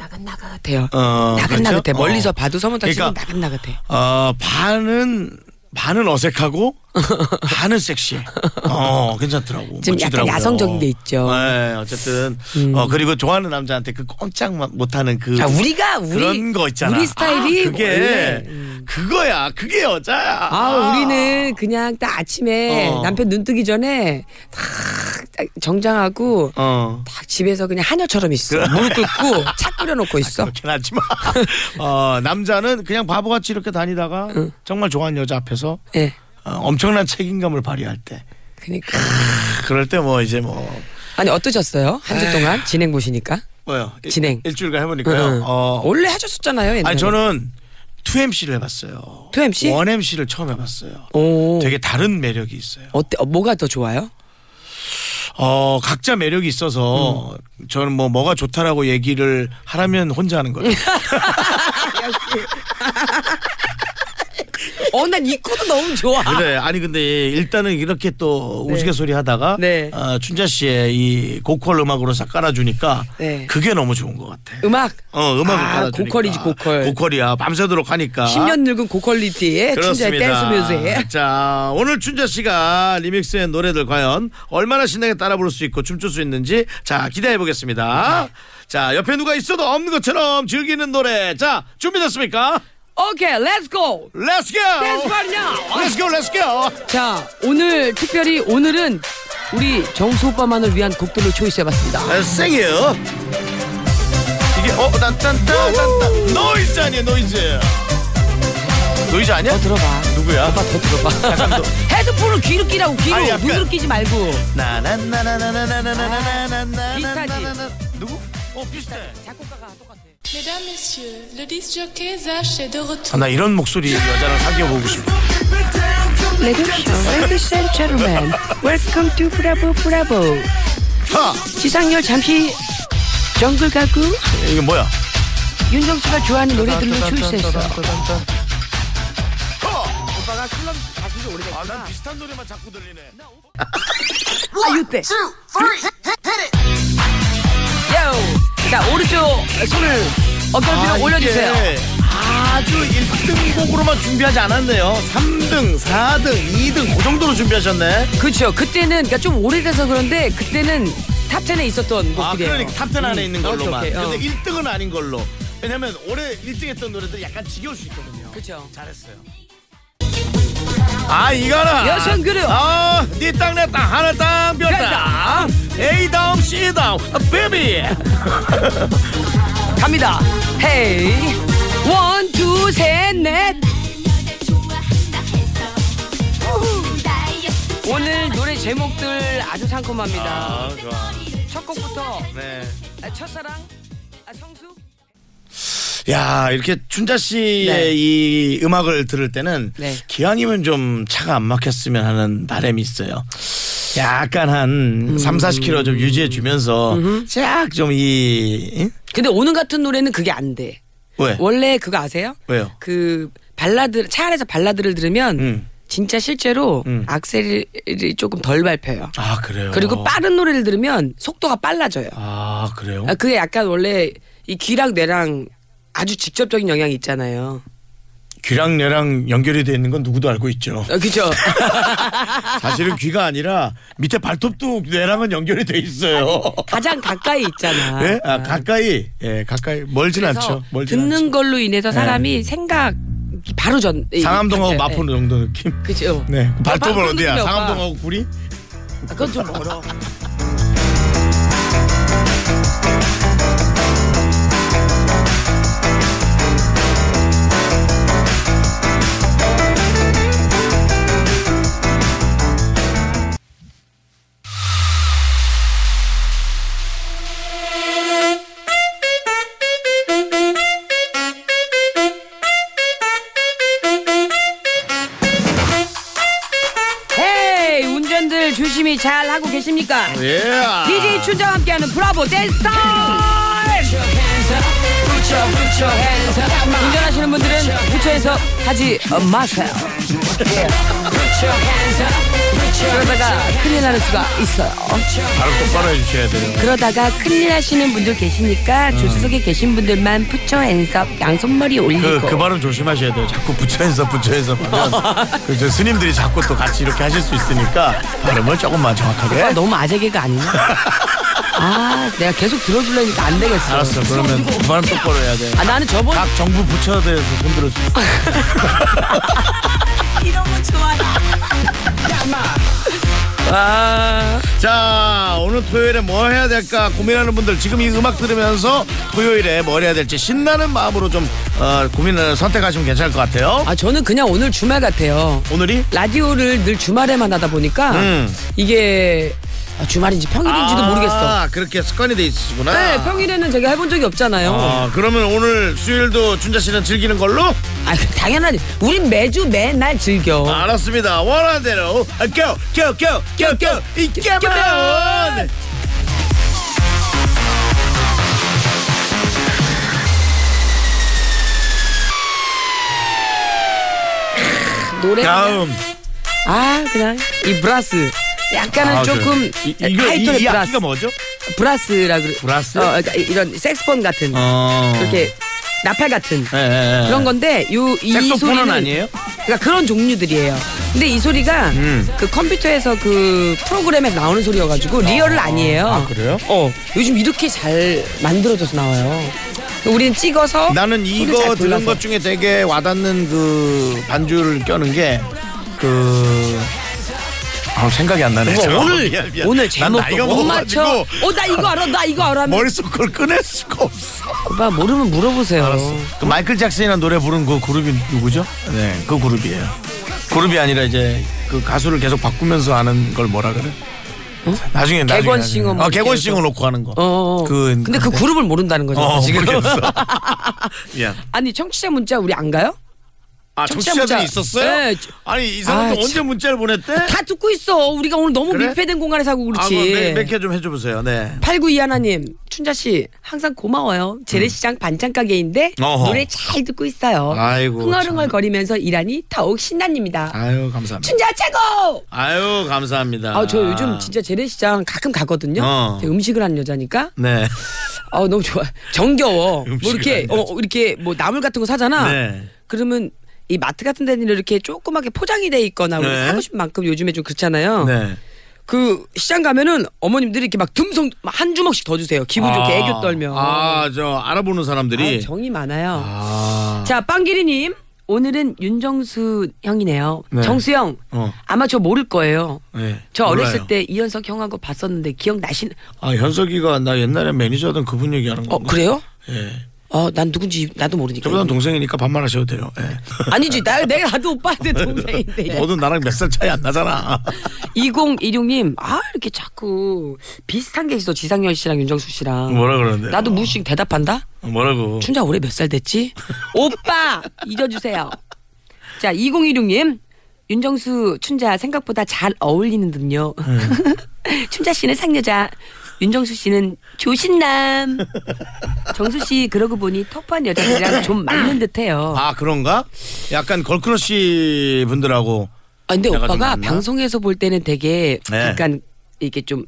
나긋나긋해요
어,
나긋나긋해
그렇죠?
멀리서
어.
봐도 서문탁 씨는
그러니까-
나긋나긋해
어, 반은 반은 어색하고
[LAUGHS]
반은 섹시해. 어, 괜찮더라고.
좀 약간
멋지더라고요.
야성적인 게 있죠.
네, 어쨌든 어 그리고 좋아하는 남자한테 그 꼼짝 마- 못하는 그
아, 우리가 우리
그런 거 있잖아.
우리 스타일이
아, 그게
원래- 음.
그거야. 그게 여자야.
아, 우리는 그냥 딱 아침에
어.
남편 눈 뜨기 전에 딱 정장하고
어.
딱 집에서 그냥 하녀처럼 있어. 물 끓고 차 끓여놓고
아,
있어.
그렇긴
[LAUGHS]
하지만 어, 남자는 그냥 바보같이 이렇게 다니다가 정말 좋아하는 여자 앞에서
예.
어, 엄청난 책임감을 발휘할 때
그러니까
그럴 때 뭐 이제 뭐
아니 어떠셨어요? 한 주 동안 진행 보시니까.
뭐요 일-
진행.
일주일간 해보니까요.
응.
어, 네.
원래 하셨었잖아요. 옛날에.
아니 저는 2MC를 해봤어요.
2MC?
1MC를 처음 해봤어요.
오.
되게 다른 매력이 있어요.
어때? 어, 뭐가 더 좋아요?
어 각자 매력이 있어서 저는 뭐 뭐가 좋다라고 얘기를 하라면 혼자 하는 거예요.
어, 난 이 코도 너무 좋아.
[LAUGHS] 그래 아니 근데 일단은 이렇게 또 우스갯소리 하다가
네.
어, 춘자 씨의 이 고퀄 음악으로 싹 깔아주니까
네.
그게 너무 좋은 것 같아.
음악.
어 음악을
아,
깔아주니까
고퀄이지, 고퀄.
고퀄이야 밤새도록 하니까.
10년 늙은 고퀄리티의 춘자의 댄스 뮤직.
자, 오늘 춘자 씨가 리믹스의 노래들 과연 얼마나 신나게 따라 부를 수 있고 춤출 수 있는지 자 기대해 보겠습니다. 자, 옆에 누가 있어도 없는 것처럼 즐기는 노래. 자, 준비됐습니까?
오케이, 렛츠 고.
Let's
댄스
go.
파리냐?
Let's go, let's go.
자 오늘 특별히 오늘은 우리 정수 오빠만을 위한 곡들을 초이스해봤습니다
생이요. 이게 어, 딴딴딴딴 노이즈 아니야, 노이즈. 노이즈 아니야?
더 들어봐
누구야?
오빠
[LAUGHS]
더 들어봐 헤드폰을 귀로 끼라고 귀로
아니, 약간-
눈으로 끼지 말고
나나나나나나나나나나나나나.
비슷하지?
누구? 어, 비슷해.
작곡가가 똑같아
Mesdames, Messieurs, le disc jockey Zach est de retour.
아, 나 이런 목소리 여자랑 사귀어 보고 싶어.
Ladies and gentlemen Welcome to Bravo Bravo
하!
지상렬 잠시 정글 가구
이게 뭐야?
윤정수가 좋아하는 노래들로 초이스했어
아, 난 비슷한 노래만 자꾸 들리네.
아유 때 야우 자 오른쪽 손을
아,
어깨를 뒤로 아, 올려주세요
아주 1등곡으로만 준비하지 않았네요. 3등, 4등, 2등 그 정도로 준비하셨네.
그렇죠. 그때는 그러니까 좀 오래돼서 그런데 그때는 탑 10에 있었던 곡들이에요.
아, 그러니까 탑10 안에 있는 걸로만.
오케이, 오케이. 어.
근데 1등은 아닌 걸로. 왜냐면 올해 1등 했던 노래들 약간 지겨울 수 있거든요.
그렇죠.
잘했어요. 아 이거는
여성 그룹.
아, 네땅내땅 하늘 땅 별땅. A 다음 C 다음
[LAUGHS]
베비.
갑니다. 헤이. 원, 두, 셋, 넷. 오늘 노래 제목들 아주 상큼합니다.
좋아.
첫 곡부터
네.
아, 첫사랑, 아, 성수.
야 이렇게 춘자 씨의
네.
이 음악을 들을 때는
네.
기왕이면 좀 차가 안 막혔으면 하는 바람이 있어요. 약간
음.
한 3, 40km 좀 유지해 주면서 쫙좀이
근데 오늘 같은 노래는 그게 안 돼.
왜?
원래 그거 아세요?
네. 왜요?
그 발라드 차 안에서 발라드를 들으면
음.
진짜 실제로
음.
악셀이 조금 덜 밟혀요.
아 그래요.
그리고 빠른 노래를 들으면 속도가 빨라져요.
아 그래요.
아, 그게 약간 원래 이 귀랑 뇌랑 아주 직접적인 영향이 있잖아요.
귀랑 뇌랑 연결이 돼 있는 건 누구도 알고 있죠.
어,
[LAUGHS]
그죠?
사실은 귀가 아니라 밑에 발톱도 뇌랑은 연결이 돼 있어요.
가장 가까이 있잖아.
네? 아, 가까이, 예, 가까이 멀진
그래서
않죠. 멀진
듣는
않죠.
걸로 인해서 사람이 생각 바로 전 이-
상암동하고
예,
마포 정도 느낌.
예. 그죠.
네. 발톱은
빵
어디야?
끊는데, 오빠.
상암동하고 구리?
아, 그건 좀 멀어. 헤이 운전들 조심히 잘 하고 계십니까?
예.
DJ 춘자와 함께하는 브라보 댄스 타임! 운전하시는 분들은 부처에서 하지 마세요. 그러다가 큰일 나는 수가 있어요.
아, 바로 똑바로 해주셔야 돼요.
그러다가 큰일 하시는 분들 계시니까 조수석에 계신 분들만 부처 앤섭 양손머리
그,
올리고
그 발음 조심하셔야 돼요. 자꾸 부처에서 [LAUGHS] 부처에서 하면 그저 스님들이 자꾸 또 같이 이렇게 하실 수 있으니까 발음을 조금만
아,
정확하게.
너무 아재개가 아니냐? 아 내가 계속 들어주려니까 안 되겠어.
알았어. 그러면 그 발음 똑바로 해야 돼.
아 나는 저번
각 정부 부처에 대해서 손들어 주세요.
아,
자 오늘 토요일에 뭐 해야 될까 고민하는 분들 지금 이 음악 들으면서 토요일에 뭘 해야 될지 신나는 마음으로 좀 어, 고민을 선택하시면 괜찮을 것 같아요
아 저는 그냥 오늘 주말 같아요.
오늘이
라디오를 늘 주말에만 하다 보니까
음.
이게 아, 주말인지 평일인지도
아,
모르겠어.
그렇게 습관이 돼 있으시구나
네, 평일에는 제가 해본 적이 없잖아요. 아,
아, 그러면 오늘 수요일도 준자 씨는 즐기는 걸로
아, 그 당연하지. 우린 매주 매날 즐겨.
알았습니다 원하는 대로 아, go go go go go 이겨면
노래.
다음
아, 그냥 이 브라스. 약간은
아,
조금
저, 이, 이거 이,
타이틀의
이
브라스.
악기가 뭐죠?
브라스라 그래.
브라스?
어, 그러니까 이- 이런 색스폰 같은
어
이렇게 나팔 같은
예, 예, 예.
그런 건데 요이
색소폰은
소리는
아니에요?
그러니까 그런 종류들이에요. 근데 이 소리가
음.
그 컴퓨터에서 그 프로그램에 나오는 소리여가지고 리얼은 아니에요.
아 그래요?
어 요즘 이렇게 잘 만들어져서 나와요. 우리는 찍어서
나는
소리
이거
잘
들은
골라서.
것 중에 되게 와닿는 그 반주를 껴는 게그 아, 생각이 안 나네.
이거
잠깐만. [LAUGHS]
오늘
미안, 미안.
오늘
난
제목도
나이가
못 맞춰.
먹어가지고
어 나 이거 알아 나 이거 알아. 하면
머릿속 걸 꺼낼 수가 없어.
오빠 모르면 물어보세요.
그 마이클 잭슨이라는 노래 부른 그 그룹이 누구죠? 네, 그 그룹이에요. 그룹이 아니라 이제 그 가수를 계속 바꾸면서 하는 걸 뭐라 그래? 나중에 나중에
객원
나중에.
싱어 뭐
어, 개건
이렇게
싱어 놓고 하는 거.
어, 어.
그
근데 그 그룹을 모른다는 거죠.
어,
지금. [LAUGHS]
모르겠어. 미안.
아니 청취자 문자 우리 안 가요?
아,
청취자
청취자들이
문자.
있었어요?
네.
아니, 이
아,
사람도 언제
참.
문자를 보냈대?
다 듣고 있어. 우리가 오늘 너무
네? 그래?
밀폐된 공간에 사고
아, 그럼
그렇지.
몇개 좀 해줘보세요. 네.
8922 하나님, 춘자 씨 항상 고마워요. 재래시장 반찬 가게인데
음. 어허.
노래 잘 듣고 있어요.
아이고,
흥얼흥얼 거리면서 일하니 더욱 신난입니다.
아유 감사합니다.
춘자 최고!
아유 감사합니다.
아, 저 요즘 진짜 재래시장 가끔 가거든요.
어.
제가 음식을 하는 여자니까. [LAUGHS]
네.
아, 너무 좋아.
[LAUGHS]
정겨워. 뭐
음식을
이렇게
하는
어, 이렇게 뭐 나물 같은 거 사잖아.
네.
그러면 이 마트 같은 데는 이렇게 조그맣게 포장이 돼 있거나 우리
네.
사고 싶은 만큼 요즘에 좀 그렇잖아요.
네.
그 시장 가면은 어머님들이 이렇게 막 듬성 막한 주먹씩 더 주세요. 기분 좋게 애교 떨며. 아,
아. 아저 알아보는 사람들이.
정이 많아요.
아.
자, 빵기리님. 오늘은 윤정수 형이네요.
네.
정수 형.
어.
아마 저 모를 거예요.
네,
저 어렸을
몰라요.
때 이현석 형하고 봤었는데 기억나시는.
아 현석이가 나 옛날에 매니저던 그분 얘기하는 거.
어, 그래요?
예.
어, 난 누군지 나도 모르니까.
저보단 동생이니까 반말하셔도 돼요. 예.
아니지. 네, 나, 내가 나도
[LAUGHS]
오빠한테 동생인데.
너도 나랑 몇 살 차이 안 어, 나잖아.
2016님. 아, 이렇게 자꾸 비슷한 게 있어. 지상렬 씨랑 윤정수 씨랑.
뭐라 그러는데?
나도 무식 대답한다?
어, 뭐라고?
춘자 올해 몇 살 됐지? [LAUGHS] 오빠 잊어주세요. 자 2016님 윤정수 춘자 생각보다 잘 어울리는 듯요. [LAUGHS] 춘자 씨는 상여자, 윤정수 씨는 조신남. 정수 씨 그러고 보니 터프한 여자들이랑 좀 맞는 듯해요.
아 그런가? 약간 걸크러쉬 분들하고.
아, 근데
내가 좀
오빠가
맞나?
방송에서 볼 때는 되게
네.
약간 이게 좀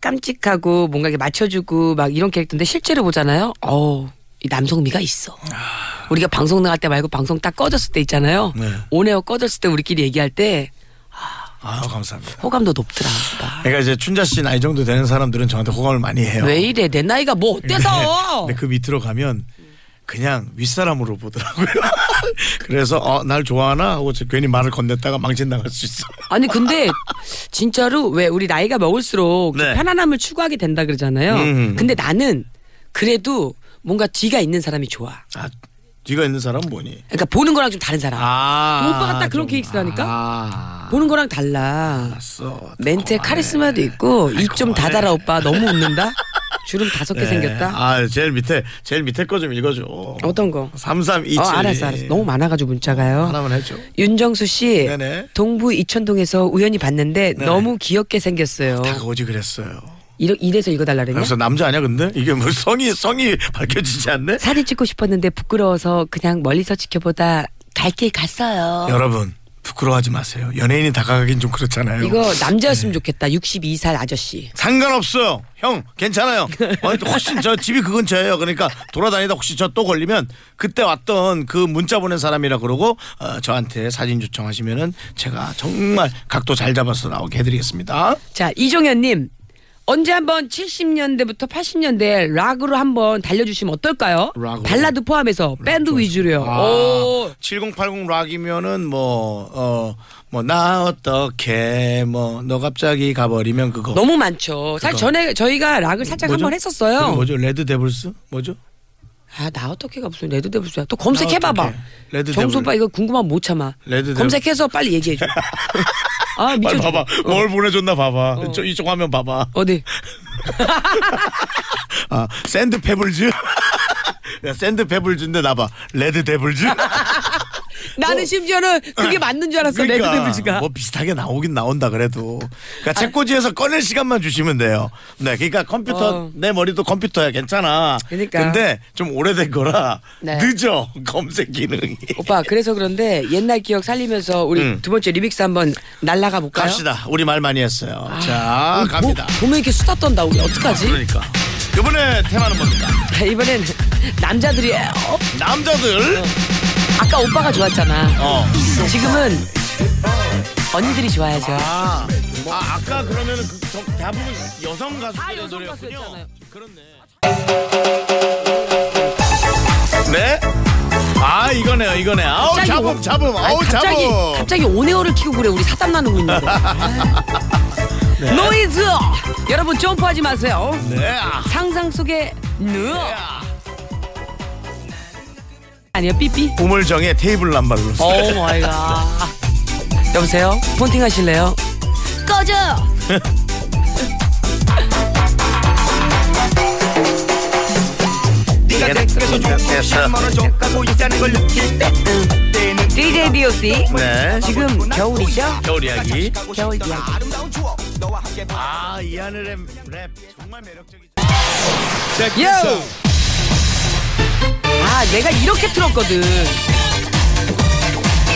깜찍하고 뭔가 이렇게 맞춰주고 막 이런 캐릭터인데 실제로 보잖아요. 어우, 이 남성미가 있어. 우리가 방송 나갈 때 말고 방송 딱 꺼졌을 때 있잖아요.
아. 네.
온에어 꺼졌을 때 우리끼리 얘기할 때
아유 감사합니다.
호감도 높더라. 오빠.
그러니까 이제 춘자 씨 나이 정도 [LAUGHS] 되는 사람들은 저한테 호감을 많이 해요. 네.
왜 이래? 내 나이가 뭐 어때서?
근데 그 밑으로 가면 그냥 윗사람으로 보더라고요. [LAUGHS] 그래서 어, 날 좋아하나 하고 저 괜히 말을 건넸다가 망신 나갈 수 있어.
아니 근데 진짜로 왜 우리 나이가 먹을수록 좀
네.
편안함을 추구하게 된다 그러잖아요.
음.
근데 나는 그래도 뭔가 뒤가 있는 사람이 좋아.
아, 네가 있는 사람 뭐니?
그러니까 보는 거랑 좀 다른 사람.
아,
오빠가 딱 그런
좀-
케이스라니까?
아,
보는 거랑 달라.
알았어.
멘트에
그만해.
카리스마도 있고 입 좀
그만해.
닫아라 오빠 너무 웃는다. 주름 다섯 개
네.
생겼다. 어,
아, 제일 밑에 제일 밑에 거 좀 읽어줘.
어떤 거?
3327.
어 알았어 알았어. 너무 많아가지고 어. 문자가요.
하나만 해줘.
윤정수 씨
네네.
동부 이천동에서 우연히 봤는데
네네. 아,
너무 귀엽게 생겼어요.
다가 오지 그랬어요.
이래, 이래서 읽어달라 그랬냐?
그래서 남자 아니야 근데 이게 뭐 성이 성이 밝혀지지 않네?
사진 찍고 싶었는데 부끄러워서 그냥 멀리서 지켜보다 갈 길 갔어요.
여러분 부끄러워하지 마세요. 연예인이 다가가긴 좀 그렇잖아요.
이거 남자였으면 좋겠다. 62살 아저씨.
상관없어요. 형
[LAUGHS]
괜찮아요. 아니, 훨씬 저 집이 그 근처예요. 그러니까 돌아다니다 혹시 저 또 걸리면 그때 왔던 그 문자 보낸 사람이라 그러고 어, 저한테 사진 요청하시면은 제가 정말 각도 잘 잡아서 나오게 해드리겠습니다.
자 이종현님 언제 한번 70년대부터 80년대 락으로 한번 달려주시면 어떨까요?
락으로?
발라드 포함해서 밴드 위주로요.
아,
오.
7080 락이면은 뭐, 어, 뭐어뭐나 어떻게 뭐 너 갑자기 가버리면 그거
너무 많죠. 사실
그거.
전에 저희가 락을 살짝
그러니까. 뭐죠?
한번
그게
했었어요.
뭐죠? 레드 데블스? 뭐죠?
아 나 어떻게가 무슨 레드 데블스야. 또 검색해봐봐.
어떡해. 레드
정수
데블.
오빠 이거 궁금하면 못 참아.
레드 데블.
검색해서 빨리
[LAUGHS]
얘기해줘. 아
빨리
미쳐.
봐봐. 뭘 보내줬나 봐봐.
어.
저 이쪽 화면 봐봐. [LAUGHS]
어디?
아, 샌드 페블즈. [LAUGHS] 야, 샌드 페블즈인데 나봐. 레드 데블즈.
나는 심지어는 아, 그게 맞는 줄 알았어
그러니까
레드데블즈가 아.
뭐 비슷하게 나오긴 나온다 그래도. 그러니까 책꽂이에서 꺼낼 시간만 주시면 돼요. 네, 그러니까 컴퓨터
어.
내 머리도 컴퓨터야 괜찮아.
그러니까.
근데 좀 오래된 거라
네. 어,
늦어 검색 기능이.
오빠 그래서 그런데 옛날 기억 살리면서 우리
음.
두 번째 리믹스 한번 날라가 볼까요? 아. 어,
갑시다. 우리 말 많이 했어요. 자, 갑니다.
보, 보면 뭐, 이렇게 수다 떤다 우리 어떡하지?
그러니까. 이번에 테마는 뭡니까?
[LAUGHS] 이번엔 남자들이 어,
남자들.
아까 오빠가 좋았잖아
어.
지금은 언니들이 좋아야죠
아, 아 아까 그러면 그, 저, 대부분 여성
아,
가수들의 노래였군요. 그렇네. 네? 아 이거네요 이거네. 아우
갑자기
잡음
오-
잡음.
아니,
아우
갑자기
어, 잡음.
갑자기 오네오를 키고 그래 우리 사담
[LAUGHS]
나누고 있는데 아이. 노이즈 여러분 점프하지 마세요
네. 아,
상상 속에 누 아니요 삐삐
우물정의 테이블 남발로.
오 마이 갓. 여보세요? 폰팅 하실래요? 꺼져!
네가 댓글에서 좋겠어.
DJ DOC.
네.
지금 겨울이죠?
겨울 이야기.
겨울 이야기.
아이 하늘의 랩 정말 매력적이죠.
요! 아, 내가 이렇게 틀었거든.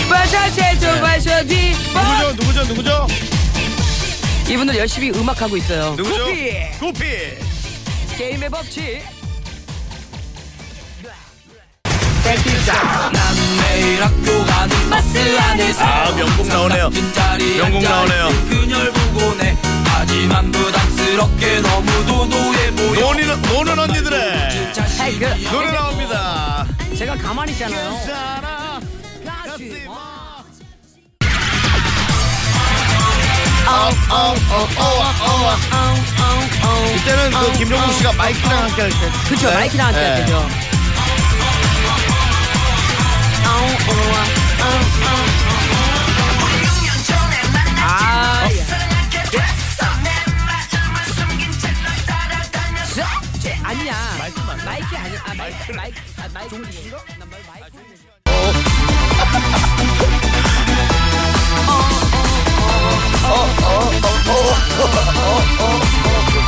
바샤제조 바샤디 바.
네. 누구죠 누구죠 누구죠?
뭐? 이분들 열심히 음악하고 있어요.
누구죠?
구피!
구피.
게임의 법칙.
아 명곡 나오네요. 명곡 나오네요. 노는 노는 언니들의
아이, 그,
노래 나옵니다.
제가 가만히 있잖아요.
이때는 그 김종국 씨가 마이크랑 함께 할 때.
그쵸,
네?
마이크 나한테
네.
안 되죠. 아, 야. 아니야. 마이크 아니야. 아, 마이크, 마이크, 아, 마이크. 나 말- 마이크.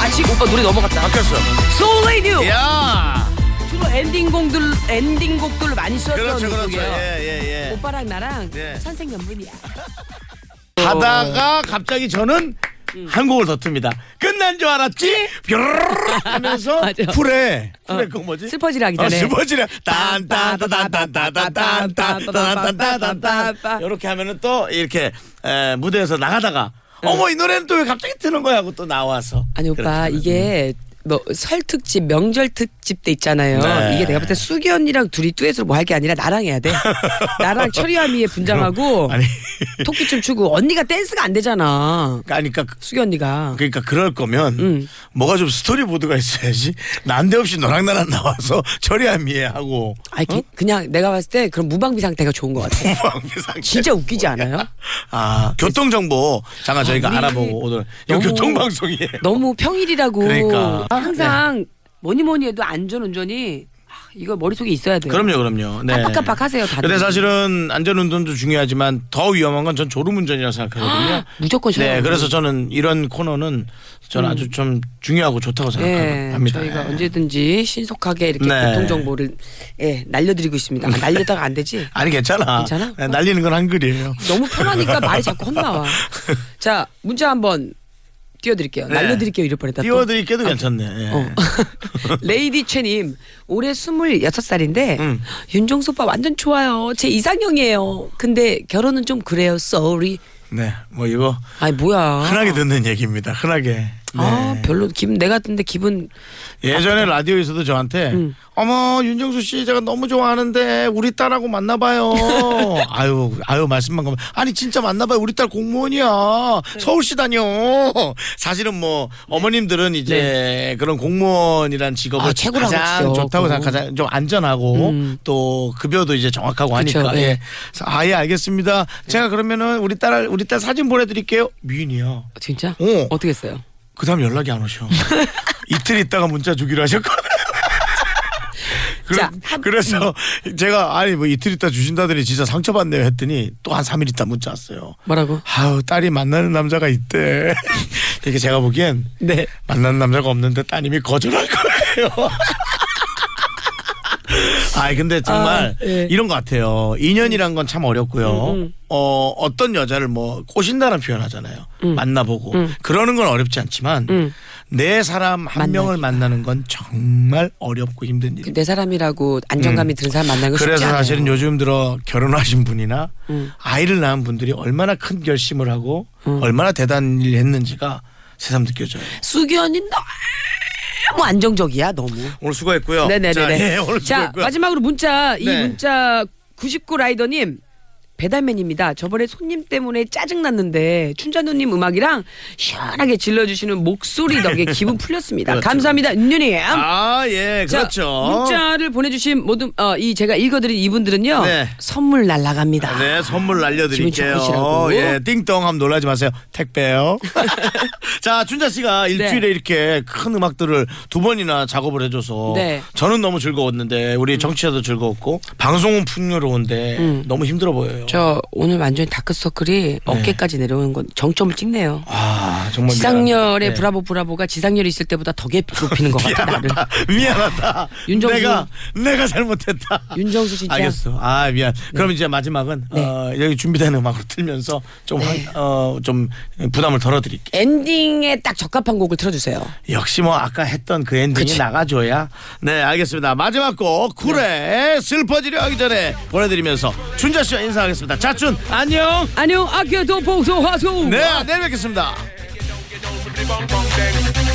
아, 지금 오빠 노래 넘어갔다.
바뀌었어.
소울레이듀!
야
주로 엔딩곡들 엔딩곡들로 많이 썼던
그렇죠, 그렇죠.
곡이에요.
예, 예, 예.
오빠랑 나랑
네.
선생연분이야.
하다가 갑자기 저는 한 곡을 더 틉니다. 끝난 줄 알았지? 뾰르르 하면서
[LAUGHS] 맞아. 어.
풀에 풀에 그 뭐지?
슬퍼지라 네. 하기 전에.
어, 슬퍼지라. 딴딴따단딴딴딴딴딴딴딴딴딴 이렇게 하면은 또 이렇게 에, 무대에서 나가다가 어머 이 노래는 또 왜 갑자기 트는 거야 하고 또 나와서
아니 오빠
그렇죠, 그렇게 하는.
이게 뭐 설특집 명절 특집 때 있잖아요.
음. 네.
이게 내가 볼 때 수기 언니랑 둘이 듀엣으로 뭐 할 게 아니라
[LAUGHS]
나랑 해야 돼. 나랑 철이아미에 분장하고
아니 [LAUGHS]
토끼춤 추고 언니가 댄스가 안 되잖아.
그러니까 그-
수기 언니가.
그러니까 그럴 거면
음.
뭐가 좀 스토리보드가 있어야지 난데없이 너랑 나랑 나와서 [LAUGHS] 처리함이에 하고 [LAUGHS]
아니 그- 그냥 내가 봤을 때 그런 무방비 상태가 좋은 것 같아.
[LAUGHS] 방비상
진짜 웃기지 않아요?
아 교통 정보 잠깐 저희가
우리
알아보고 오늘 이거
너무-
교통 방송이에요.
너무 평일이라고. 아,
그러니까.
항상 뭐니 뭐니 해도 안전운전이 아, 이거 머릿속에 있어야 돼요.
그럼요, 그럼요. 네.
깜빡깜빡하세요, 다들.
근데 사실은 안전운전도 중요하지만 더 위험한 건 전 졸음운전이라 고 생각하거든요.
아, 무조건
네,
쉬어요.
그래서 저는 이런 코너는 저는 아주 좀 중요하고 좋다고
예,
생각합니다.
저희가 언제든지 신속하게 이렇게
네.
교통 정보를 예, 날려드리고 있습니다. 아, 날려다가 안 되지?
아니 괜찮아.
괜찮아? 어?
네, 날리는 건 한글이에요.
너무 편하니까 말이 자꾸
[LAUGHS]
헛나와. 자, 문자 한번 띄워드릴게요.
네.
날려드릴게요. 이럴 뻔했다. 또.
띄워드릴게도 괜찮네. 예.
어. [LAUGHS] 레이디 최님 올해 26살인데
음.
윤종수 오빠 완전 좋아요. 제 이상형이에요. 근데 결혼은 좀 그래요. sorry.
네, 뭐 이거
아니 뭐야.
흔하게 듣는 얘기입니다. 흔하게. 네.
아 별로 기분 내 같은데 기분
예전에 라디오에서도 저한테
음.
어머 윤정수 씨 제가 너무 좋아하는데 우리 딸하고 만나봐요.
[LAUGHS]
아유 아유 말씀만 가면 아니 진짜 만나봐요. 우리 딸 공무원이야.
네.
서울시 다녀. 사실은 뭐 어머님들은 이제 그런 공무원이란 직업을
네. 아, 최고라고
가장
그러죠.
좋다고
그거.
생각하자 좀 안전하고 또 급여도 이제 정확하고 하니까
그쵸, 네.
예. 그래서 아예 알겠습니다. 제가 그러면은 우리 딸 우리 딸 사진 보내드릴게요. 미인이야.
아, 진짜
어.
어떻게 했어요?
그 다음 연락이 안
[LAUGHS]
오셔. 이틀 있다가 문자 주기로 하셨거든요. 그,
자, 한- 네.
그래서 제가 아니 뭐 이틀 있다 주신다더니 진짜 상처받네요 했더니 또 한 3일 있다 문자 왔어요.
뭐라고?
아우 딸이 만나는 남자가 있대. [LAUGHS] 이게 제가 보기엔
네.
만나는 남자가 없는데 따님이 거절할
[LAUGHS]
거예요. 아이 근데 정말
아, 예. 음,
이런 것 같아요. 인연이란 건 참 어렵고요. 어 어떤 여자를 뭐 꼬신다는 표현하잖아요.
음.
만나보고 그러는 건 어렵지 않지만 내 사람 한 명을 만나는 건 정말 어렵고 힘든 일.
내 사람이라고 안정감이 드는 사람 만나는 거 쉽지
음. 그래서
않아요. 음.
사실은 요즘 들어 결혼하신 분이나 아이를 낳은 분들이 얼마나 큰 결심을 하고 얼마나 대단한 일 했는지가 새삼 느껴져요.
수기 언니 너무 안정적이야 너무.
오늘 수고했고요.
네네네.
자, 예, 오늘
자
수고했고요.
마지막으로 문자 이
네.
문자 99 라이더님. 배달맨입니다. 저번에 손님 때문에 짜증났는데 춘자누님 음악이랑 시원하게 질러주시는 목소리 덕에 기분 풀렸습니다.
네. 그렇죠.
감사합니다. 윤유님.
아, 예,
자,
그렇죠.
문자를 보내주신 모든 어, 이 제가 읽어드린 이분들은요
네.
선물 날라갑니다.
네, 선물
기분
날려드릴게요.
좋으시라고.
예, 띵동 함 놀라지 마세요.
[LAUGHS]
택배요. 자, 준자 씨가
네.
일주일에 이렇게 큰 음악들을 두 번이나 작업을 해줘서
네. 음.
저는 너무 즐거웠는데 우리 정치자도 즐거웠고 방송은 풍요로운데 너무 힘들어 보여요.
저 오늘 완전 히 다크서클이
네.
어깨까지 내려오는 건 정점을 찍네요.
아, 정말
지상렬의
미안합니다.
브라보 브라보가 지상렬이 있을 때보다 더 괴롭히는 것 같아 나를.
네. [LAUGHS] 미안하다.
윤정수.
내가 내가 잘못했다.
윤정수 진짜. 네.
알겠어. 아 미안. 그럼 이제 마지막은 어, 여기 준비된 음악으로 틀면서 좀
네.
환- 어, 좀 부담을 덜어드릴게.
엔딩에 딱 적합한 곡을 틀어주세요.
역시 뭐 아까 했던 그 엔딩이
그치.
나가줘야. 네 알겠습니다. 마지막 곡
네.
쿨에 슬퍼지려 하기 전에 보내드리면서 준자 씨와 인사하겠습니다. 자준 안녕.
안녕 아껴도 보소 화소.
네 내일 뵙겠습니다.
Bang, bang, bang.